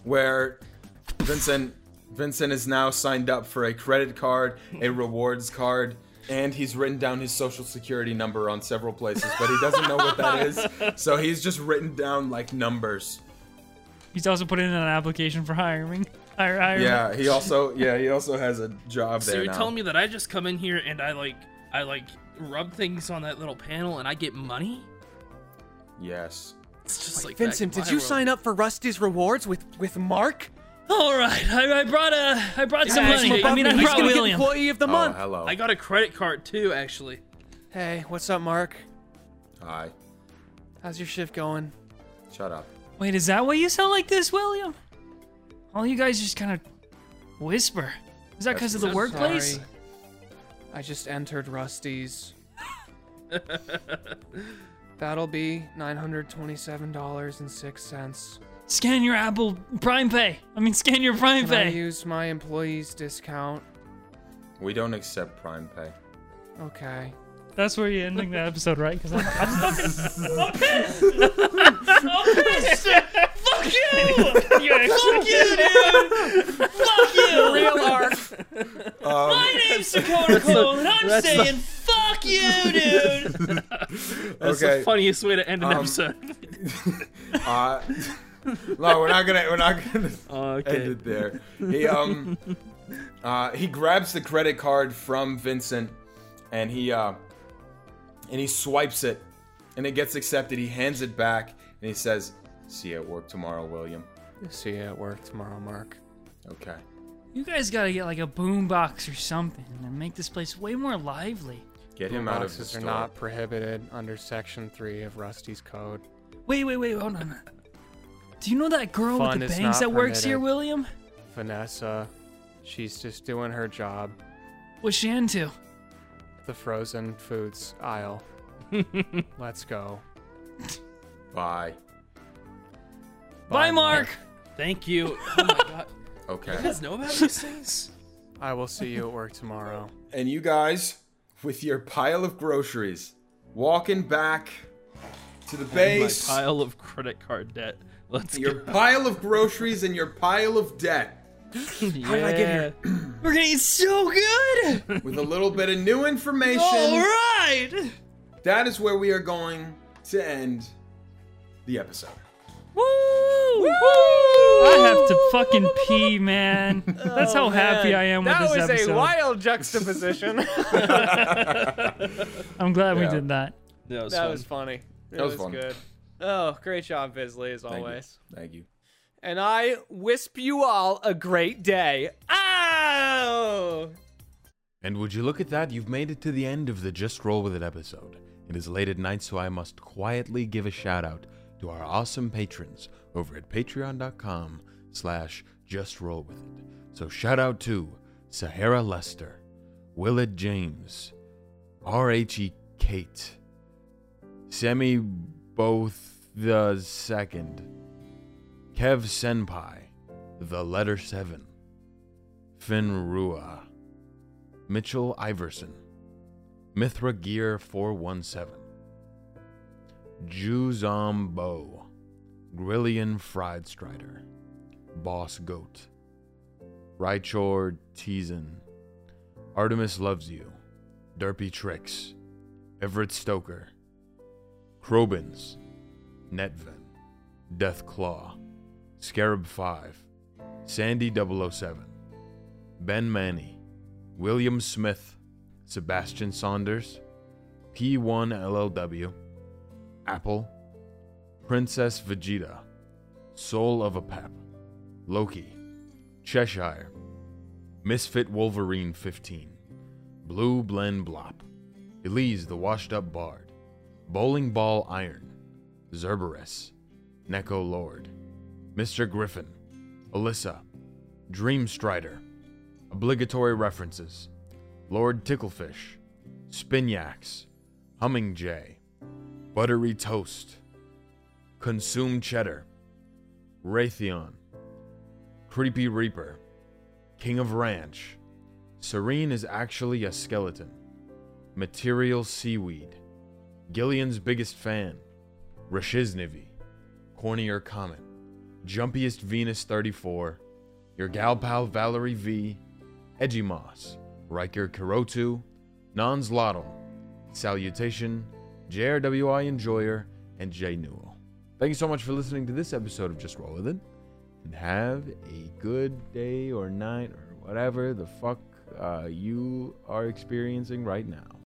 D: where Vincent Vincent is now signed up for a credit card, a rewards card. And he's written down his social security number on several places, but he doesn't know what that is. So he's just written down like numbers.
E: He's also put in an application for hiring. Hire, hire.
D: Yeah, he also yeah he also has a job
B: So
D: there
B: you're
D: now.
B: telling me that I just come in here and I like I like rub things on that little panel and I get money?
D: yes.
B: It's just like
C: Vincent, did you sign up for Rusty's rewards with with Mark?
H: All right, I, I brought
E: uh,
H: a, I brought some
B: Yeah,
H: money.
B: actually,
H: I mean, I
B: he's
H: brought
B: gonna
C: Get
H: William.
C: Employee of the
D: Oh,
C: month.
D: hello.
B: I got a credit card too, actually.
C: hey, what's up, Mark?
D: Hi.
C: How's your shift going?
D: Shut up.
H: Wait, is that why you sound like this, William? All you guys just kind of whisper. Is that because of the workplace?
C: Sorry. I just entered Rusty's. That'll be nine hundred twenty-seven dollars and six cents.
H: Scan your Apple Prime Pay. I mean, scan your Prime
C: Can I
H: Pay.
C: use my employee's discount?
D: We don't accept Prime Pay.
C: Okay.
E: That's where you're ending the episode, right? Because I'm
H: Fuck you, dude. Fuck you. Real arc.
D: Um,
H: My name's Dakota Cole, and I'm saying fuck you, dude.
B: That's
D: okay.
B: the funniest way to end an
D: Um,
B: episode.
D: uh, no, we're not gonna. We're not gonna end
B: Oh, okay.
D: it there. He um, uh, he grabs the credit card from Vincent, and he uh, and he swipes it, and it gets accepted. He hands it back, and he says, "See you at work tomorrow, William."
C: See you at work tomorrow, Mark.
D: Okay.
E: You guys gotta get like a boom box or something and make this place way more lively.
D: Get him out of the
C: Boxes
D: store.
C: are not prohibited under Section Three of Rusty's Code.
E: Wait, wait, wait, hold on.
H: Do you know that girl
C: Fun
H: with
C: is
H: the bangs
C: not
H: that works here,
C: permitted.
H: William?
C: Vanessa, she's just doing her job.
H: What's she into?
C: The frozen foods aisle. Let's go.
D: Bye.
H: Bye, Mark.
B: Thank you. Oh my god.
D: Okay.
B: You guys know about these things?
C: I will see you at work tomorrow.
D: and you guys with your pile of groceries walking back to the
B: My
D: base
B: pile of credit card debt. Let's
D: your
B: go.
D: pile of groceries and your pile of debt
B: How did I get here?
H: We're gonna eat so good.
D: with a little bit of new information
H: All right.
D: that is where we are going to end the episode
H: Woo!
E: I have to fucking pee, man. That's how happy I am with
C: Oh, That
E: this
C: was
E: episode.
C: a wild juxtaposition.
E: I'm glad we
D: Yeah.
E: did that.
B: No, it's
C: that
B: fun.
C: was funny. It
D: That was fun.
C: good. Oh, great job, Visley, as always.
D: thank you
C: And I wisp you all a great day. Oh!
I: And would you look at that, you've made it to the end of the Just Roll With It episode. It is late at night, so I must quietly give a shout out to our awesome patrons over at patreon.com slash just roll with it. So shout out to Sahara Lester, Willard James, R.H.E.
D: Kate. Semi both the second. Kev Senpai. The letter seven. Finn Rua. Mitchell Iverson. Mithra Gear 417. Juzom Bo. Grillion Fried Strider. Boss Goat. Rychor Teason. Artemis Loves You. Derpy Tricks. Everett Stoker. Crobins. Netven. Death Claw. Scarab 5. Sandy 007. Ben Manny. William Smith. Sebastian Saunders. P1LLW. Apple. Princess Vegeta. Soul of a Pep. Loki. Cheshire. Misfit Wolverine 15. Blue Blen Blop. Elise the Washed Up Bard. Bowling Ball Iron. Zerberus. Neko Lord. Mr. Griffin. Alyssa. Dream Strider. Obligatory references. Lord Ticklefish. Spinyax. Humming Jay. Buttery Toast. Consume Cheddar. Raytheon. Creepy Reaper. King of Ranch. Serene is actually a skeleton. Material Seaweed. Gillian's biggest fan. Rashiznivi. Cornier Comet. Jumpiest Venus 34. Your gal pal Valerie V. Edgy Moss. Riker Kurotu. Nons Lottel. Salutation. JRWI Enjoyer. And Jay Newell. Thank you so much for listening to this episode of Just Roll With It and have a good day or night or whatever the fuck uh, you are experiencing right now.